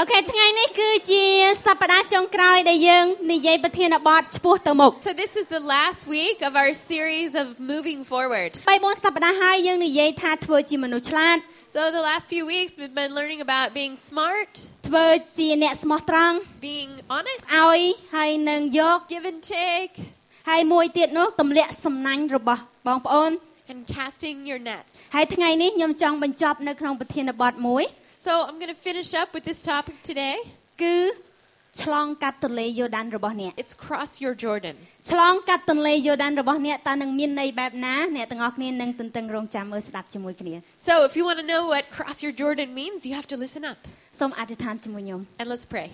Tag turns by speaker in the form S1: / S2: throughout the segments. S1: អូខេថ្ងៃនេះគឺជាសប្តាហ៍ចុងក្រោយដែលយើងនិយាយប្រធានបទឆ្ពោះទៅមុខ
S2: So this is the last week of our series of moving forward.
S1: 3 4សប្តាហ៍ហើយយើងនិយាយថាធ្វើជាមនុស្សឆ្លាត
S2: So the last few weeks we've been learning about being smart,
S1: ធ្វើជាអ្នកស្មោះត្រង់
S2: being honest,
S1: ឲ្យហើយនឹងយក
S2: give and take,
S1: ហើយមួយទៀតនោះទម្លាក់សំណាញ់របស់បងប្អូន
S2: and casting your nets.
S1: ហើយថ្ងៃនេះខ្ញុំចង់បញ្ចប់នៅក្នុងប្រធានបទមួយ
S2: So I'm going to finish up with this topic today.
S1: គឺឆ្លងកាត់ទន្លេយូដានរបស់អ្នក
S2: It's cross your Jordan.
S1: ឆ្លងកាត់ទន្លេយូដានរបស់អ្នកតើនឹងមានន័យបែបណាអ្នកទាំងអស់គ្នានឹងទន្ទឹងរង់ចាំមើលស្ដាប់ជាមួយគ្នា
S2: So if you want to know what cross your Jordan means, you have to listen up.
S1: សូមអធិដ្ឋានជាមួយខ្ញុំ
S2: And let's pray.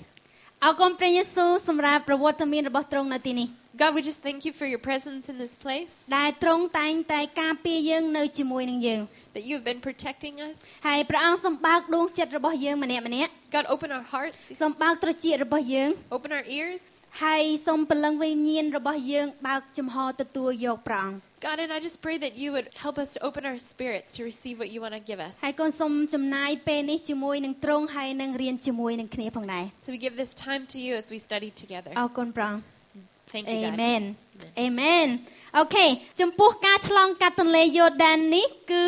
S1: អរគុណព្រះយេស៊ូវសម្រាប់ប្រវត្តិមានរបស់ទ្រង់នៅទីនេះ
S2: God, we just thank you for your presence in this place,
S1: ដែលទ្រង់តែងតែការពារយើងនៅជាមួយនឹងយើង
S2: that you have been protecting us.
S1: ហើយព្រះអង្គសម្បើកដួងចិត្តរបស់យើងម្នាក់ម្នាក់
S2: God, open our hearts,
S1: សម្បើកត្រចៀករបស់យើង
S2: open our ears.
S1: ហើយសូមពលឹងវិញ្ញាណរបស់យើងបើកចំហទទួលយកព្រះអង្គ
S2: God, and I just pray that you would help us to open our spirits to receive what you want to give us.
S1: ហើយកូនសូមចំណាយពេលនេះជាមួយនឹងទ្រង់ហើយនឹងរៀនជាមួយនឹងគ្នាផងដែរ
S2: So we give this time to you as we study together.
S1: អរគុណព្រះអង្គ
S2: Thank
S1: អេ
S2: you,
S1: មែន
S2: God.
S1: អេមែនអូខេចំពោះការឆ្លងកាត់ទន្លេយូដាននេះគឺ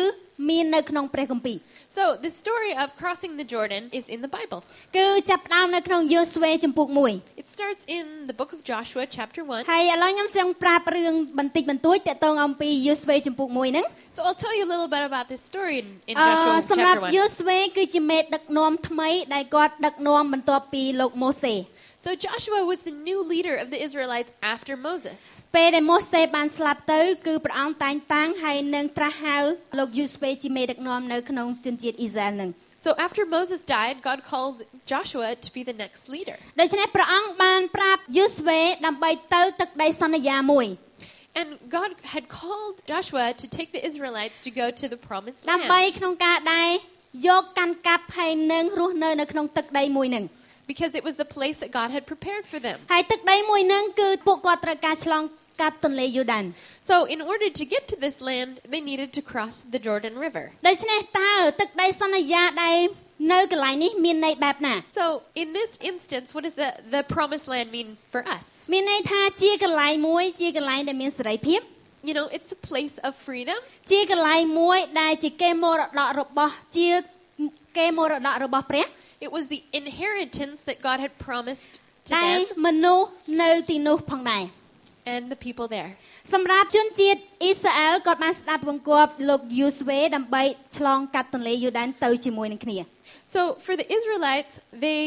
S1: មាននៅក្នុងព្រះគម្ពីរ
S2: So the story of crossing the Jordan is in the Bible.
S1: គឺចាប់ផ្ដើមនៅក្នុងយូស្វេចំពុក1
S2: It starts in the book of Joshua, chapter 1.
S1: ហើយឥឡូវខ្ញុំចង់ប្រាប់រឿងបន្តិចបន្តួចតាក់ទងអំពីយូស្វេចំពុក1ហ្នឹង
S2: So I'll tell you a little bit about this story in, in
S1: អឺ
S2: Joshua
S1: សម្រាប់
S2: chapter
S1: យូ
S2: 1.
S1: ស្វេគឺជាមេដឹកនាំថ្មីដែលគាត់ដឹកនាំបន្ទាប់ពីលោកម៉ូសេ
S2: So Joshua was the new leader of the Israelites after Moses.
S1: ពេលដែលម៉ូសេបានស្លាប់ទៅគឺព្រះអង្គតែងតាំងហើយនឹងត្រាស់ហៅលោកយូស្វេជាមេដឹកនាំនៅក្នុងជនជាតិអ៊ីស្រាអែលហ្នឹង
S2: So after Moses died, God called Joshua to be the next leader.
S1: ដូច្នេះព្រះអង្គបានប្រាប់យូស្វេដើម្បីទៅទឹកដីសន្យាមួយ
S2: And God had called Joshua to take the Israelites to go to the promised
S1: ដើម្បី
S2: land
S1: ក្នុងការដែរយកកាន់កាប់ហើយនឹងរស់នៅនៅក្នុងទឹកដីមួយហ្នឹង
S2: because it was the place that God had prepared for them.
S1: ហើយទឹកដីមួយហ្នឹងគឺពួកគាត់ត្រូវការឆ្លងកាត់ទន្លេយូដាន
S2: So in order to get to this land, they needed to cross the Jordan River.
S1: ដូច្នេះតើទឹកដីសន្យាដែលនៅកន្លែងនេះមានន័យបែបណា
S2: So in this instance, what does the, the promised land mean for us?
S1: មានន័យថាជាកន្លែងមួយជាកន្លែងដែលមានសេរីភាព
S2: You know, it's a place of freedom.
S1: ជាកន្លែងមួយដែលជាគេមរតករបស់ជាគេមរតករបស់ព្រះ
S2: It was the inheritance that God had promised to
S1: ដែល
S2: them
S1: មនុស្សនៅទីនោះផងដែរ
S2: and the people there.
S1: សម្រាប់ជនជាតិអ៊ីស្រាអែលគាត់បានស្ដាប់បង្គាប់លោកយូស្វេដើម្បីឆ្លងកាត់ទន្លេយូដានទៅជាមួយនឹងគ្នា
S2: So for the Israelites, they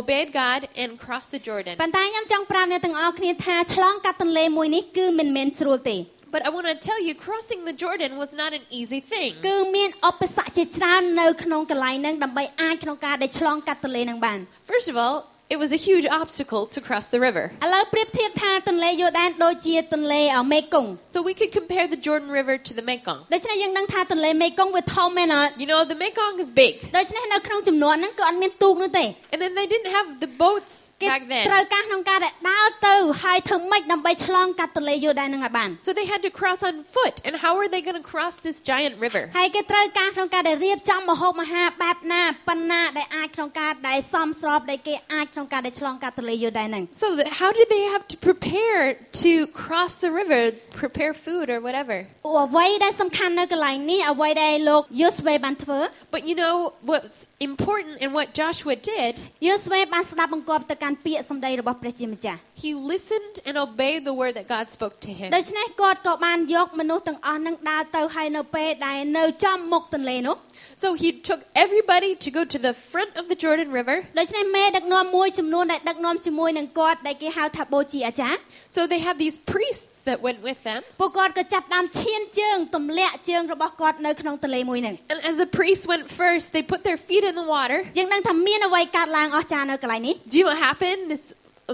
S2: obeyed God and crossed the Jordan.
S1: ប៉ុន្តែខ្ញុំចង់ប្រាប់អ្នកទាំងអស់គ្នាថាឆ្លងកាត់ទន្លេមួយនេះគឺមិនមែនស្រួលទេ
S2: But I want to tell you, crossing the Jordan was not an easy thing.
S1: គឺមានឧបសគ្គជាច្រើននៅក្នុងកន្លែងហ្នឹងដើម្បីអាចក្នុងការដែលឆ្លងកាត់ទន្លេហ្នឹងបាន
S2: First of all, it was a huge obstacle to cross the river.
S1: ឥឡូវប្រៀបធៀបថាទន្លេយូដានដូចជាទន្លេអមេគង្គ
S2: So we could compare the Jordan River to the Mekong.
S1: ដូច្នេះយើងដឹងថាទន្លេមេគង្គវាធំមែនអត់
S2: You know, the Mekong is big.
S1: ដូច្នេះនៅក្នុងចំនួនហ្នឹងក៏អត់មានទូកនោះទេ
S2: And then they didn't have the boats
S1: គេ
S2: back
S1: ត្រូវ
S2: then.
S1: ការក្នុងការដែលដើរទៅហើយធ្វើម៉េចដើម្បីឆ្លងកាត់ទន្លេយូដានហ្នឹងឲ្យបាន
S2: So they had to cross on foot. And how are they going to cross this giant river?
S1: ហើយគេត្រូវការក្នុងការដែលរៀបចំមហូបអាហារបែបណាប៉ុណ្ណាដែលអាចក្នុងការដែលសមស្របដែលគេអាចក្នុងការដែលឆ្លងកាត់ទន្លេយូដានហ្នឹង
S2: So th- how did they have to prepare to cross the river, prepare food or whatever?
S1: អ្វីដែលសំខាន់នៅកន្លែងនេះអ្វីដែលលោកយូស្វេបានធ្វើ
S2: But you know what's important and what Joshua did
S1: យូស្វេបានស្ដាប់បង្គាប់ទៅកាន់ពាក្យសម្ដីរបស់ព្រះជាម្ចាស់
S2: He listened and obeyed the word that God spoke to him.
S1: ដូច្នេះគាត់ក៏បានយកមនុស្សទាំងអស់នឹងដើរទៅហើយនៅពេលដែលនៅចំមុខទន្លេនោះ
S2: So he took everybody to go to the front of the Jordan River.
S1: ដូច្នេះមេដឹកនាំមួយចំនួនដែលដឹកនាំជាមួយនឹងគាត់ដែលគេហៅថាបូជាអាចារ្យ
S2: So they had these priests that went with them.
S1: ពួកគាត់ក៏ចាប់ផ្ដើមឈានជើងទម្លាក់ជើងរបស់គាត់នៅក្នុងទន្លេមួយហ្នឹង
S2: And as the priests went first, they put their feet in the water.
S1: យើងដឹងថាមានអ្វីកើតឡើងអស្ចារ្យនៅកន្លែងនេះ
S2: Do you know what happened? This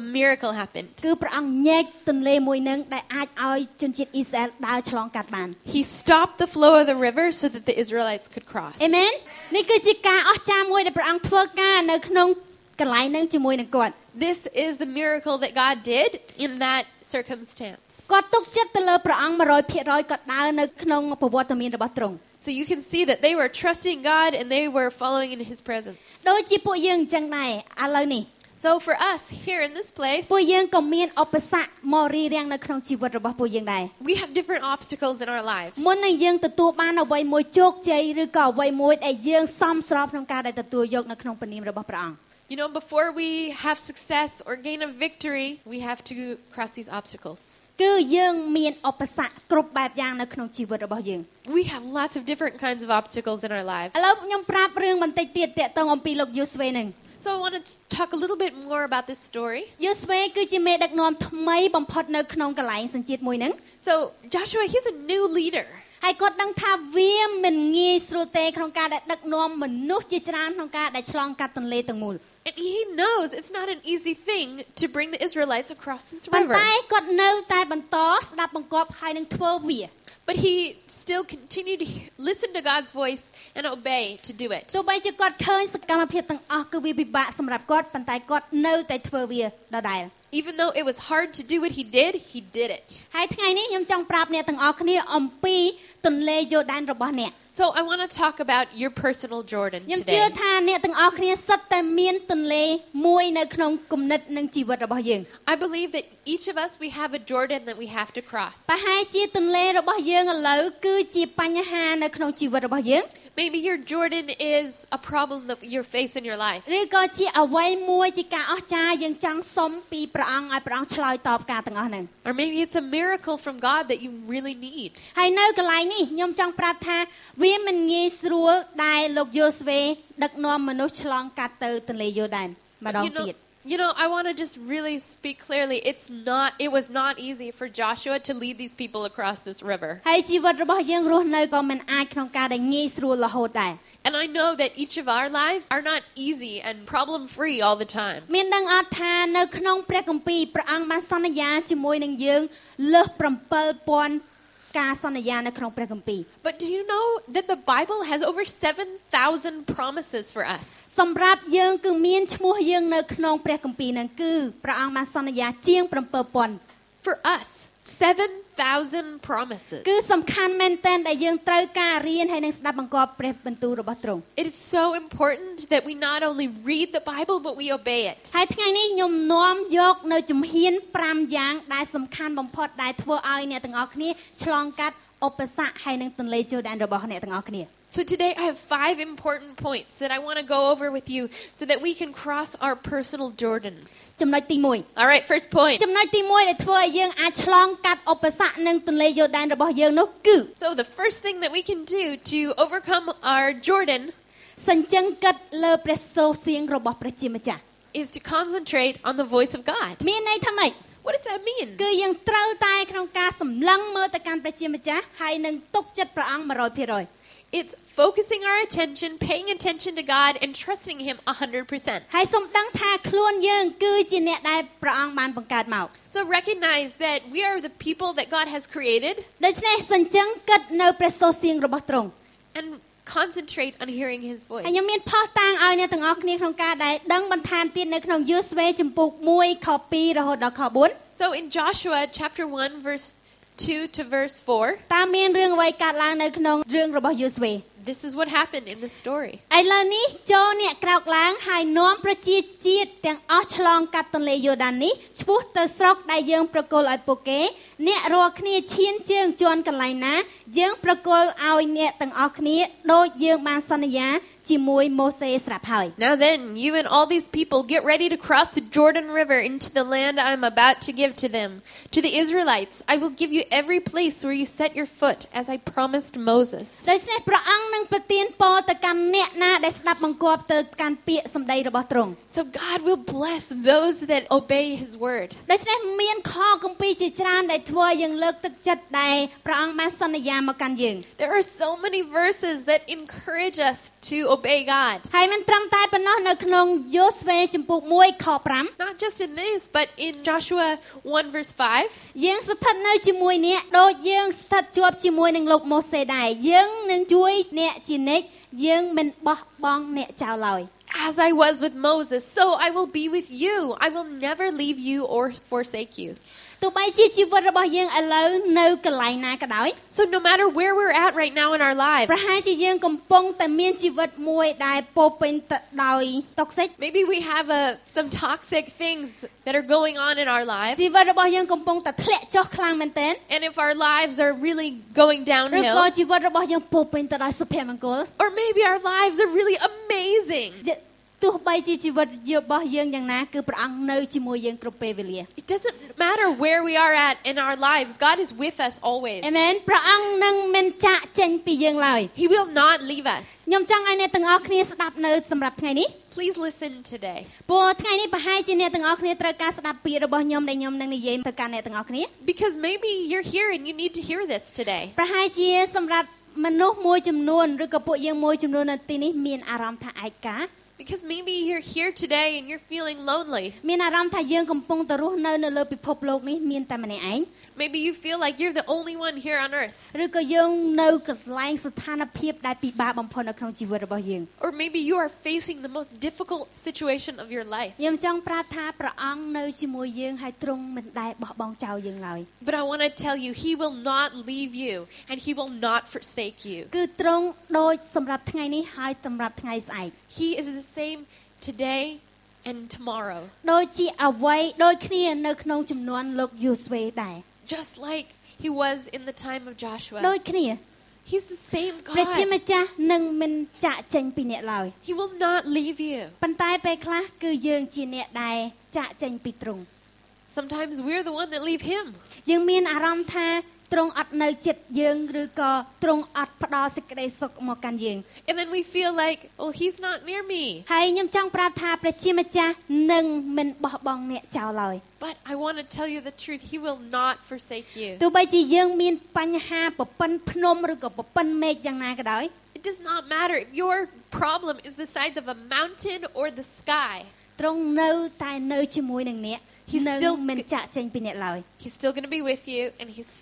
S2: a miracle happened.
S1: គឺព្រះអង្គញែកទន្លេមួយហ្នឹងដែលអាចឲ្យជនជាតិអ៊ីស្រាអែលដើរឆ្លងកាត់បាន
S2: He stopped the flow of the river so that the Israelites could cross.
S1: អេមែននេះគឺជាការអស្ចារ្យមួយដែលព្រះអង្គធ្វើការនៅក្នុងកន្លែងហ្នឹងជាមួយនឹងគាត់
S2: This is the miracle that God did in that circumstance.
S1: គាត់ទុកចិត្តទៅលើព្រះអង្គ100%គាត់ដើរនៅក្នុងប្រវត្តិមានរបស់ទ្រង់
S2: So you can see that they were trusting God and they were following in His presence.
S1: ដូចជាពួកយើងអញ្ចឹងដែរឥឡូវនេះ
S2: So for us here in this place,
S1: ពួកយើងក៏មានឧបសគ្គមករារាំងនៅក្នុងជីវិតរបស់ពួកយើងដែរ
S2: we have different obstacles in our lives.
S1: មុននឹងយើងទទួលបានអ្វីមួយជោគជ័យឬក៏អ្វីមួយដែលយើងសមស្របក្នុងការដែលទទួលយកនៅក្នុងព្រះនាមរបស់ព្រះអង្គ
S2: You know, before we have success or gain a victory, we have to cross these obstacles.
S1: គឺយើងមានឧបសគ្គគ្រប់បែបយ៉ាងនៅក្នុងជីវិតរបស់យើង
S2: We have lots of different kinds of obstacles in our lives.
S1: ឥឡូវខ្ញុំប្រាប់រឿងបន្តិចទៀតតាក់ទងអំពីលោកយូស្វេនឹង
S2: So I want to talk a little bit more about this story.
S1: យូស្វេគឺជាមេដឹកនាំថ្មីបំផុតនៅក្នុងកន្លែងសញ្ជាតិមួយហ្នឹង
S2: So Joshua, he's a new leader.
S1: ហើយគាត់ដឹងថាវាមិនងាយស្រួលទេក្នុងការដែលដឹកនាំមនុស្សជាច្រើនក្នុងការដែលឆ្លងកាត់ទន្លេទាំងមូល
S2: And he knows it's not an easy thing to bring the Israelites across this
S1: ប៉ុ
S2: river.
S1: ន្តែគាត់នៅតែបន្តស្ដាប់បង្គាប់ហើយនឹងធ្វើវា
S2: But he still continued to he- listen to God's voice and obey to do it.
S1: ទោះបីជាគាត់ឃើញសកម្មភាពទាំងអស់គឺវាពិបាកសម្រាប់គាត់ប៉ុន្តែគាត់នៅតែធ្វើវាដដែល
S2: Even though it was hard to do what he did, he did it.
S1: ហើយថ្ងៃនេះខ្ញុំចង់ប្រាប់អ្នកទាំងអស់គ្នាអំពីទន្លេយូដានរបស់អ្នក
S2: So I want to talk about your personal Jordan
S1: ខ្ញុំជឿ
S2: today.
S1: ថាអ្នកទាំងអស់គ្នាសិតតែមានទន្លេមួយនៅក្នុងគំនិតនិងជីវិតរបស់យើង
S2: I believe that each of us, we have a Jordan that we have to cross.
S1: ប្រហែលជាទន្លេរបស់យើងឥឡូវគឺជាបញ្ហានៅក្នុងជីវិតរបស់យើង
S2: Maybe your Jordan is a problem that you face in your life.
S1: ឬក៏ជាអ្វីមួយជាការអស្ចារ្យយើងចង់សុំពីព្រះអង្គឲ្យព្រះអង្គឆ្លើយតបការទាំងអស់ហ្នឹង
S2: Or maybe it's a miracle from God that you really need.
S1: ហើយនៅកន្លែងនេះខ្ញុំចង់ប្រាប់ថាវាមិនងាយស្រួលដែលលោកយូស្វេដឹកនាំមនុស្សឆ្លងកាត់ទៅទន្លេយូដានម្ដង
S2: You
S1: ទៀ
S2: know,
S1: ត
S2: you know, I want to just really speak clearly. It's not, it was not easy for Joshua to lead these people across this river.
S1: ហើយជីវិតរបស់យើងរស់នៅក៏មិនអាចក្នុងការដែលងាយស្រួលរហូតដែរ
S2: And I know that each of our lives are not easy and problem free all the time.
S1: មានដឹងអត់ថានៅក្នុងព្រះគម្ពីរព្រះអង្គបានសន្យាជាមួយនឹងយើងលើស7000ការសន្យានៅក្នុងព្រះគម្ពីរ
S2: But do you know that the Bible has over 7,000 promises for us?
S1: សម្រាប់យើងគឺមានឈ្មោះយើងនៅក្នុងព្រះគម្ពីរហ្នឹងគឺព្រះអង្គបានសន្យាជាង7000
S2: For us, 7,000 promises.
S1: គឺសំខាន់មែនទែនដែលយើងត្រូវការរៀនហើយនឹងស្ដាប់បង្គាប់ព្រះបន្ទូលរបស់ទ្រង់
S2: It is so important that we not only read the Bible, but we obey it.
S1: ហើយថ្ងៃនេះខ្ញុំនាំយកនៅជំហាន5យ៉ាងដែលសំខាន់បំផុតដែលធ្វើឲ្យអ្នកទាំងអស់គ្នាឆ្លងកាត់ឧបសគ្គហើយនឹងទន្លេជូដានរបស់អ្នកទាំងអស់គ្នា
S2: So today I have five important points that I want to go over with you so that we can cross our personal Jordans.
S1: ចំណុចទី1
S2: All right, first point.
S1: ចំណុចទី1ដែលធ្វើឲ្យយើងអាចឆ្លងកាត់ឧបសគ្គនិងទន្លេយូដានរបស់យើងនោះគឺ
S2: So the first thing that we can do to overcome our Jordan
S1: សញ្ជឹងគិតលើព្រះសូរសៀងរបស់ព្រះជាម្ចាស់
S2: is to concentrate on the voice of God.
S1: មានន័យថាម៉េច
S2: What does that mean?
S1: គឺយើងត្រូវតែក្នុងការសម្លឹងមើលទៅកាន់ព្រះជាម្ចាស់ហើយនឹងទុកចិត្តព្រះអង្គ100%
S2: It's focusing our attention, paying attention to God, and trusting Him 100%.
S1: ហើយសូមដឹងថាខ្លួនយើងគឺជាអ្នកដែលព្រះអង្គបានបង្កើតមក
S2: So recognize that we are the people that God has created
S1: ដូច្នេះសញ្ជឹងគិតនៅព្រះសូរសៀងរបស់ទ្រង់
S2: and concentrate on hearing His
S1: ហើយ
S2: voice.
S1: ខ្ញុំមានផុសតាងឲ្យអ្នកទាំងអស់គ្នាក្នុងការដែលដឹងបន្ថែមទៀតនៅក្នុងយូស្វេចំពុក1ខ2រហូតដល់ខ
S2: So in Joshua chapter 1, verse 2 to verse 4,
S1: 4តើមានរឿងអ្វីកើតឡើងនៅក្នុងរឿងរបស់យូស្វេ
S2: this is what happened in this story.
S1: ឥឡូវនេះចូលអ្នកក្រោកឡើងហើយនាំប្រជាជាតិទាំងអស់ឆ្លងកាត់ទន្លេយូដាននេះឆ្ពោះទៅស្រុកដែលយើងប្រគល់ឲ្យពួកគេ អ្នករាល់គ្នាឈានជើងជន់កន្លែងណា យើងប្រគល់ឲ្យអ្នកទាំងអស់គ្នាដូចយើងបានសន្យា ជាមួយម៉ូសេស្រាប់ហើយ
S2: Now then, you and all these people get ready to cross the Jordan River into the land I am about to give to them, to the Israelites. I will give you every place where you set your foot, as I promised Moses.
S1: ដូច្នេះព្រះអង្គនឹងប្រទានពរទៅកាន់អ្នកណាដែលស្ដាប់បង្គាប់ទៅកាន់ពាក្យសម្ដីរបស់ទ្រង់
S2: So God will bless those that obey his word.
S1: ដូច្នេះមានខគម្ពីរជាច្រើនដែលធ្វើឲ្យយើងលើកទឹកចិត្តដែលព្រះអង្គបានសន្យាមកកាន់យើង
S2: There are so many verses that encourage us to obey God.
S1: ហើយមិនត្រឹមតែប៉ុណ្ណោះនៅក្នុងយូស្វេចំពុក1ខ
S2: Not just in this, but in Joshua 1 verse 5.
S1: 5យើងស្ថិតនៅជាមួយអ្នកដូចយើងស្ថិតជាប់ជាមួយនឹងលោកម៉ូសេដែរយើងនឹងជួយអ្នកជានិច្ចយើងមិនបោះបង់អ្នកចោលឡើយ
S2: As I was with Moses, so I will be with you. I will never leave you or forsake you.
S1: ទោះបីជាជីវិតរបស់យើងឥឡូវនៅកន្លែងណាក៏ដោយ
S2: So no matter where we're at right now in our lives,
S1: ប្រហែលជាយើងកំពុងតែមានជីវិតមួយដែលពោរពេញទៅដោយ toxic
S2: maybe we have a, some toxic things that are going on in our lives.
S1: ជីវិតរបស់យើងកំពុងតែធ្លាក់ចុះខ្លាំងមែនទែន
S2: And if our lives are really going
S1: ឬក៏
S2: downhill,
S1: ជីវិតរបស់យើងពោរពេញទៅដោយសុភមង្គល
S2: or maybe our lives are really amazing.
S1: យទោះបីជាជីវិតរបស់យើងយ៉ាងណាគឺព្រះអង្គនៅជាមួយយើងគ្រប់ពេលវេលា
S2: It doesn't matter where we are at in our lives, God is with us always.
S1: អេមែនព្រះអង្គនឹងមិនចាក់ចេញពីយើងឡើយ
S2: He will not leave us.
S1: ខ្ញុំចង់ឲ្យអ្នកទាំងអស់គ្នាស្ដាប់នៅសម្រាប់ថ្ងៃនេះ
S2: Please listen today.
S1: ព្រោះថ្ងៃនេះប្រហែលជាអ្នកទាំងអស់គ្នាត្រូវការស្ដាប់ពាក្យរបស់ខ្ញុំដែលខ្ញុំនឹងនិយាយទៅកាន់អ្នកទាំងអស់គ្នា
S2: Because maybe you're here and you need to hear this today.
S1: ប្រហែលជាសម្រាប់មនុស្សមួយចំនួនឬក៏ពួកយើងមួយចំនួននៅទីនេះមានអារម្មណ៍ថាឯកា
S2: Because maybe you're here today and you're feeling lonely.
S1: មានអារម្មណ៍ថាយើងកំពុងតែរស់នៅនៅលើពិភពលោកនេះមានតែម្នាក់ឯង
S2: Maybe you feel like you're the only one here on earth.
S1: ឬក៏យើងនៅកន្លែងស្ថានភាពដែលពិបាកបំផុតនៅក្នុងជីវិតរបស់យើង
S2: Or maybe you are facing the most difficult situation of your life.
S1: ខ្ញុំចង់ប្រាប់ថាព្រះអង្គនៅជាមួយយើងហើយទ្រង់មិនដែលបោះបង់ចោលយើងឡើយ
S2: But I want to tell you, He will not leave you and He will not forsake you.
S1: គឺទ្រង់ដូចសម្រាប់ថ្ងៃនេះហើយសម្រាប់ថ្ងៃស្អែក
S2: He is the same today and tomorrow.
S1: ដូចជាអ្វីដូចគ្នានៅក្នុងចំនួនលោកយូស្វេដែរ
S2: Just like He was in the time of
S1: ដូច
S2: Joshua.
S1: គ្នា
S2: He's the same
S1: ព្រះជា
S2: God.
S1: ម្ចាស់នឹងមិនចាក់ចេញពីអ្នកឡើយ
S2: He will not leave you.
S1: ប៉ុន្តែពេលខ្លះគឺយើងជាអ្នកដែលចាក់ចេញពីទ្រង់
S2: Sometimes we're the one that leave Him.
S1: យើងមានអារម្មណ៍ថាទ្រង់អត់នៅចិត្តយើងឬក៏ទ្រង់អត់ផ្ដល់សេចក្តីសុខមកកាន់យើង
S2: And then we feel like, well, he's not near me.
S1: ហើយខ្ញុំចង់ប្រាប់ថាព្រះជាម្ចាស់នឹងមិនបោះបង់អ្នកចោលឡើយ
S2: But I want to tell you the truth. He will not forsake you.
S1: ទោះបីជាយើងមានបញ្ហាប្រពន្ធភ្នំឬក៏ប្រពន្ធមេឃយ៉ាងណាក៏ដោយ
S2: It does not matter if your problem is the size of a mountain or the sky.
S1: ទ្រង់នៅតែនៅជាមួយនឹងអ្នក
S2: He's
S1: នៅ
S2: still-
S1: មិនចាក់ចេញពីអ្នកឡើយ
S2: He's still going to be with you, and he's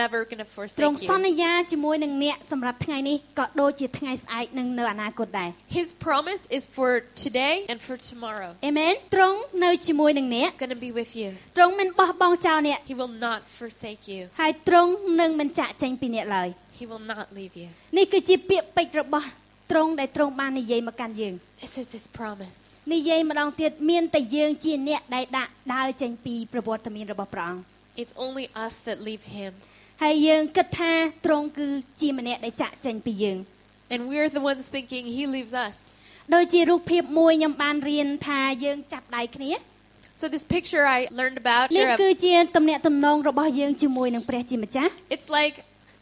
S2: never going to
S1: ទ្រង់
S2: forsake
S1: ស
S2: you.
S1: ន្យាជាមួយនឹងអ្នកសម្រាប់ថ្ងៃនេះក៏ដូចជាថ្ងៃស្អែកនិងនៅអនាគតដែរ
S2: His promise is for today and for tomorrow.
S1: អេមែនទ្រង់នៅជាមួយនឹងអ្នក
S2: Going to be with you.
S1: ទ្រង់មិនបោះបង់ចោលអ្នក
S2: He will not forsake you.
S1: ហើយទ្រង់នឹងមិនចាក់ចេញពីអ្នកឡើយ
S2: He will not leave you.
S1: នេះគឺជាពាក្យពេចន៍របស់ទ្រង់ដែលទ្រង់បាននិយាយមកកាន់យើង
S2: This is his promise.
S1: និយាយម្ដងទៀតមានតែយើងជាអ្នកដែលដាក់ដើរចេញពីប្រវត្តិមានរបស់ព្រះអង្គ
S2: It's only us that leave him,
S1: ហើយយើងគិតថាទ្រង់គឺជាម្នាក់ដែលចាក់ចេញពីយើង
S2: and we're the ones thinking he leaves us.
S1: ដោយជារូបភាពមួយខ្ញុំបានរៀនថាយើងចាប់ដៃគ្នា
S2: So this picture I learned about
S1: នេះ
S2: sure, of
S1: គឺជាទំនាក់ទំនងរបស់យើងជាមួយនឹងព្រះជាម្ចាស់
S2: It's like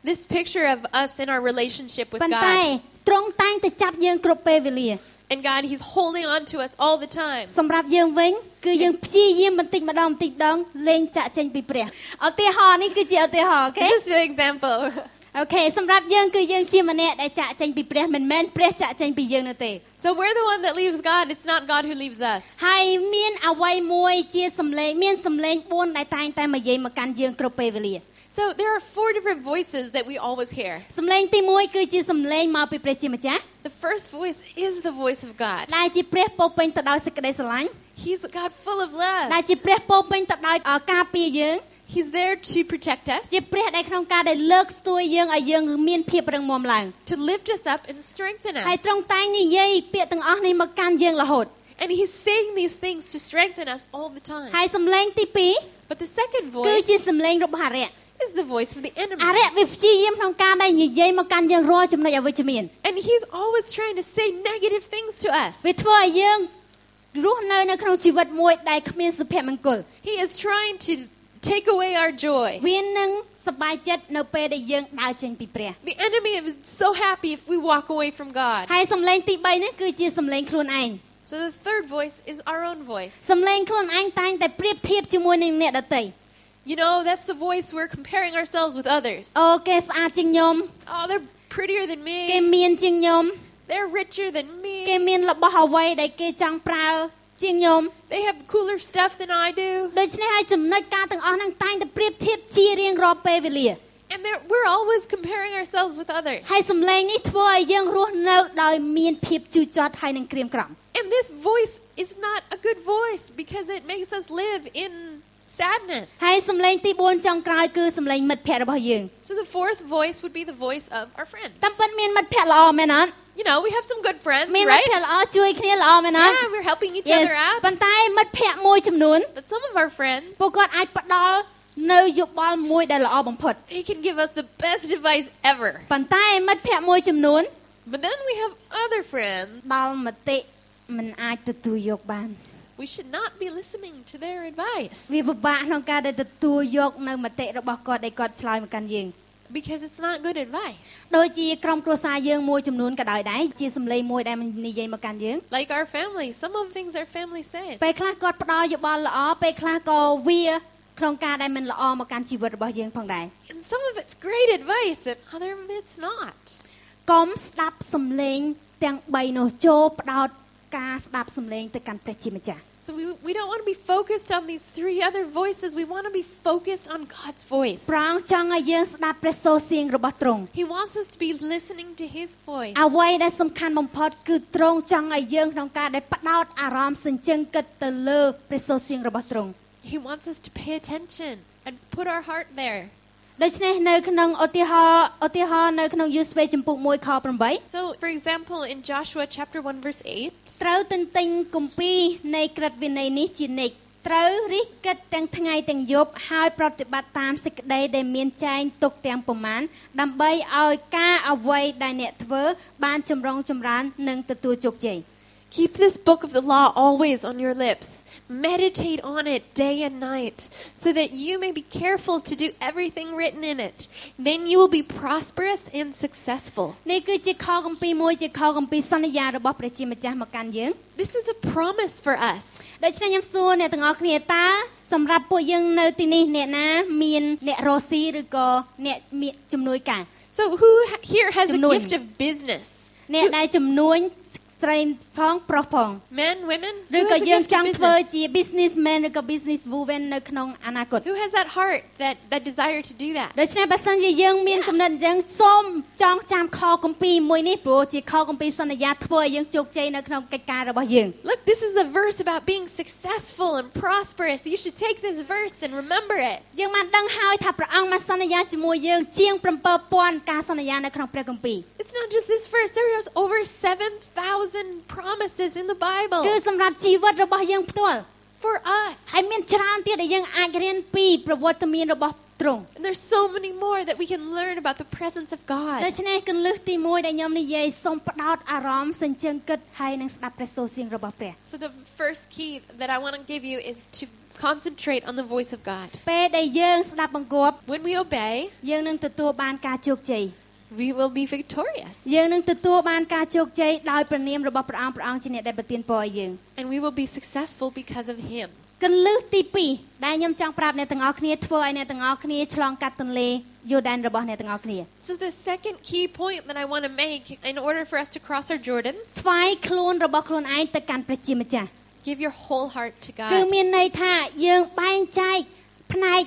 S2: this picture of us in our relationship with
S1: ប៉ុន្តែ
S2: God.
S1: ទ្រង់តែងតែចាប់យើងគ្រប់ពេលវេលា
S2: And God, He's holding on to us all the time.
S1: សម្រាប់យើងវិញគឺយើងព្យាយាមបន្តិចម្ដងបន្តិចម្ដងលែងចាក់ចេញពីព្រះឧទាហរណ៍នេះគឺជាឧទាហរណ៍អូខេ
S2: Just an example.
S1: អូខេសម្រាប់យើងគឺយើងជាម្នាក់ដែលចាក់ចេញពីព្រះមិនមែនព្រះចាក់ចេញពីយើងនោះទេ
S2: So we're the one that leaves God. It's not God who leaves us.
S1: ហើយមានអវ័យមួយជាសម្លេងមានសម្លេង4ដែលតែងតែមកយាយមកកាន់យើងគ្រប់ពេលវេលា
S2: So there are four different voices that we always hear.
S1: សម្លេងទី1គឺជាសម្លេងមកពីព្រះជាម្ចាស់
S2: The first voice is the voice of God.
S1: ដែលជាព្រះពោរពេញទៅដោយសេចក្តីស្រឡាញ់
S2: He's a God full of
S1: ដែល
S2: love.
S1: ជាព្រះពោរពេញទៅដោយអការពារយើង
S2: He's there to protect us,
S1: ជាព្រះដែលក្នុងការដែលលើកស្ទួយយើងឲ្យយើងមានភាពរឹងមាំឡើង
S2: to lift us up and strengthen
S1: ហើយ
S2: us.
S1: ទ្រង់តែងនិយាយពាក្យទាំងអស់នេះមកកាន់យើងរហូត
S2: And He's saying these things to strengthen us all the time.
S1: ហើយសម្លេងទី
S2: But the second
S1: 2គឺ
S2: voice
S1: ជាសម្លេងរបស់អរិយ
S2: is the voice of the
S1: អ
S2: enemy.
S1: រិយវាព្យាយាមក្នុងការដែលនិយាយមកកាន់យើងរាល់ចំណុចអវិជ្ជមាន
S2: And he's always trying to say negative things to us.
S1: វាធ្វើឲ្យយើងរស់នៅនៅក្នុងជីវិតមួយដែលគ្មានសុភមង្គល
S2: He is trying to take away our joy.
S1: វានឹងសប្បាយចិត្តនៅពេលដែលយើងដើរចេញពីព្រះ
S2: The enemy is so happy if we walk away from God.
S1: ហើយសំឡេងទី3នេះគឺជាសំឡេងខ្លួនឯង
S2: So the third voice is our own voice.
S1: សំឡេងខ្លួនឯងតែងតែប្រៀបធៀបជាមួយនឹងអ្នកដទៃ
S2: You know, that's the voice we're comparing ourselves with others.
S1: អូគេស្អាតជាងខ្ញុំ
S2: Oh, they're prettier than
S1: គេ
S2: me.
S1: មានជាងខ្ញុំ
S2: They're richer than
S1: គេ
S2: me.
S1: មានរបស់អ្វីដែលគេចង់ប្រើជាងខ្ញុំ
S2: They have cooler stuff than I do.
S1: ដូច្នេះហើយចំណុចការទាំងអស់ហ្នឹងតែងតែប្រៀបធៀបជារៀងរាល់ពេលវេលា
S2: And they're, we're always comparing ourselves with others.
S1: ហើយសំឡេងនេះធ្វើឲ្យយើងរស់នៅដោយមានភាពជូរចត់ហើយនឹងក្រៀមក្រំ
S2: And this voice is not a good voice because it makes us live in sadness.
S1: ហើយសំឡេងទី4ចុងក្រោយគឺសំឡេងមិត្តភ័ក្តិរបស់យើង
S2: So the fourth voice would be the voice of our friends.
S1: តាមពិតមានមិត្តភ័ក្តិល្អមែនអត់
S2: You know, we have some good friends,
S1: មានមិត្ត
S2: right?
S1: ភ័ក្តិល្អជួយគ្នាល្អមែនអត់
S2: Yeah, we're helping each
S1: Yes
S2: other out.
S1: ប៉ុន្តែមិត្តភ័ក្តិមួយចំនួន
S2: But some of our friends,
S1: ពួកគាត់អាចផ្ដល់នៅយោបល់មួយដែលល្អបំផុត
S2: they can give us the best advice ever.
S1: ប៉ុន្តែមិត្តភ័ក្តិមួយចំនួន
S2: But then we have other friends.
S1: ដល់មតិมันអាចទទួលយកបាន
S2: We should not be listening to their advice
S1: វាពិបាកក្នុងការដែលទទួលយកនៅមតិរបស់គាត់ដែលគាត់ឆ្លើយមកកាន់យើង
S2: because it's not good advice.
S1: ដូចជាក្រុមគ្រួសារយើងមួយចំនួនក៏ដោយដែរជាសម្លេងមួយដែលនិយាយមកកាន់យើង
S2: Like our family, some of the things our family says.
S1: ពេលខ្លះគាត់ផ្ដល់យោបល់ល្អពេលខ្លះក៏វាក្នុងការដែលមិនល្អមកកាន់ជីវិតរបស់យើងផងដែរ
S2: And some of it's great advice and other of it's not.
S1: កុំស្ដាប់សម្លេងទាំង3នោះចូលផ្ដោតការស្ដាប់សម្លេងទៅកាន់ព្រះជាម្ចាស់
S2: So we, we don't want to be focused on these three other voices. We want to be focused on God's voice.
S1: ព្រះអង្គចង់ឲ្យយើងស្ដាប់ព្រះសូរសៀងរបស់ទ្រង់
S2: He wants us to be listening to His voice.
S1: អ្វីដែលសំខាន់បំផុតគឺទ្រង់ចង់ឲ្យយើងក្នុងការដែលផ្ដោតអារម្មណ៍សញ្ជឹងគិតទៅលើព្រះសូរសៀងរបស់ទ្រង់
S2: He wants us to pay attention and put our heart there.
S1: ដូច្នេះនៅក្នុងឧទាហរណ៍ឧទាហរណ៍នៅក្នុងយូស្វេចំពុក1ខ8
S2: So, for example, in Joshua chapter 1, verse 8,
S1: ត្រូវទន្ទិញគម្ពីរនៃក្រិតវិន័យនេះជានិច្ចត្រូវរិះគិតទាំងថ្ងៃទាំងយប់ហើយប្រតិបត្តិតាមសេចក្តីដែលមានចែងទុកទាំងប្រមាណដើម្បីឲ្យការអ្វីដែលអ្នកធ្វើបានចម្រុងចម្រើននិងទទួលជោគជ័យ
S2: Keep this book of the law always on your lips. Meditate on it day and night, so that you may be careful to do everything written in it. Then you will be prosperous and successful.
S1: នេះគឺជាខគម្ពីរមួយជាខគម្ពីរសន្យារបស់ព្រះជាម្ចាស់មកកាន់យើង
S2: This is a promise for us.
S1: ដូច្នេះខ្ញុំសួរអ្នកទាំងអស់គ្នាតើសម្រាប់ពួកយើងនៅទីនេះអ្នកណាមានអ្នករស់ស៊ីឬក៏អ្នកមានជំនួយការ
S2: So, who ha- here has a
S1: ជំនួយ.
S2: gift of business?
S1: អ្នកដែលជំនួយស្រីផងប្រុសផង
S2: Men, women?
S1: ឬ
S2: Who
S1: ក៏
S2: has, a
S1: យើង
S2: gift
S1: ច
S2: of
S1: ង់ធ្វើ
S2: business?
S1: ជា businessman ឬក៏ businesswoman នៅក្នុងអនាគត
S2: who has that heart, that, that desire to do that?
S1: ដូច្នេះបើសិនជាយើងមានគំនិតអញ្ចឹងសូមចងចាំខគម្ពីរមួយនេះព្រោះជាខគម្ពីរសន្យាធ្វើឲ្យយើងជោគជ័យនៅក្នុងកិច្ចការរបស់យើង
S2: Look, this is a verse about being successful and prosperous. You should take this verse and remember it.
S1: យើងបានដឹងហើយថាព្រះអង្គបានសន្យាជាមួយយើងជាង7000ការសន្យានៅក្នុងព្រះគម្ពីរ
S2: It's not just this verse. There's over 7,000 promises in the
S1: គឺ
S2: Bible
S1: សម្រាប់ជីវិតរបស់យើងផ្ទាល់
S2: for us.
S1: ហើយមានច្រើនទៀតដែលយើងអាចរៀនពីប្រវត្តិមានរបស់ទ្រង់
S2: And there's so many more that we can learn about the presence of
S1: ដូ
S2: God.
S1: ច្នេះគន្លឹះទី1ដែលខ្ញុំនិយាយសូមផ្ដោតអារម្មណ៍សញ្ជឹងគិតហើយនឹងស្ដាប់ព្រះសូរសៀងរបស់ព្រះ
S2: So the first key that I want to give you is to concentrate on the voice of God.
S1: ពេលដែលយើងស្ដាប់បង្គាប់
S2: When we obey,
S1: យើងនឹងទទួលបានការជោគជ័យ
S2: we will be victorious
S1: យើងនឹងទទួលបានការជោគជ័យដោយព្រះនាមរបស់ព្រះអង្គព្រះអង្គជាអ្នកដែលប្រទានពរឲ្យយើង
S2: and we will be successful because of him.
S1: គន្លឹះទី2ដែលខ្ញុំចង់ប្រាប់អ្នកទាំងអស់គ្នាធ្វើឲ្យអ្នកទាំងអស់គ្នាឆ្លងកាត់ទន្លេយូដែនរបស់អ្នកទាំងអស់គ្នា
S2: So the second key point that I want to make in order for us to cross our Jordans,
S1: ស្វែងខ្លួនរបស់ខ្លួនឯងទៅកាន់ព្រះជាម្ចាស់
S2: give your whole heart to
S1: គឺ
S2: God.
S1: មានន័យថាយើងបែងចែកផ្នែក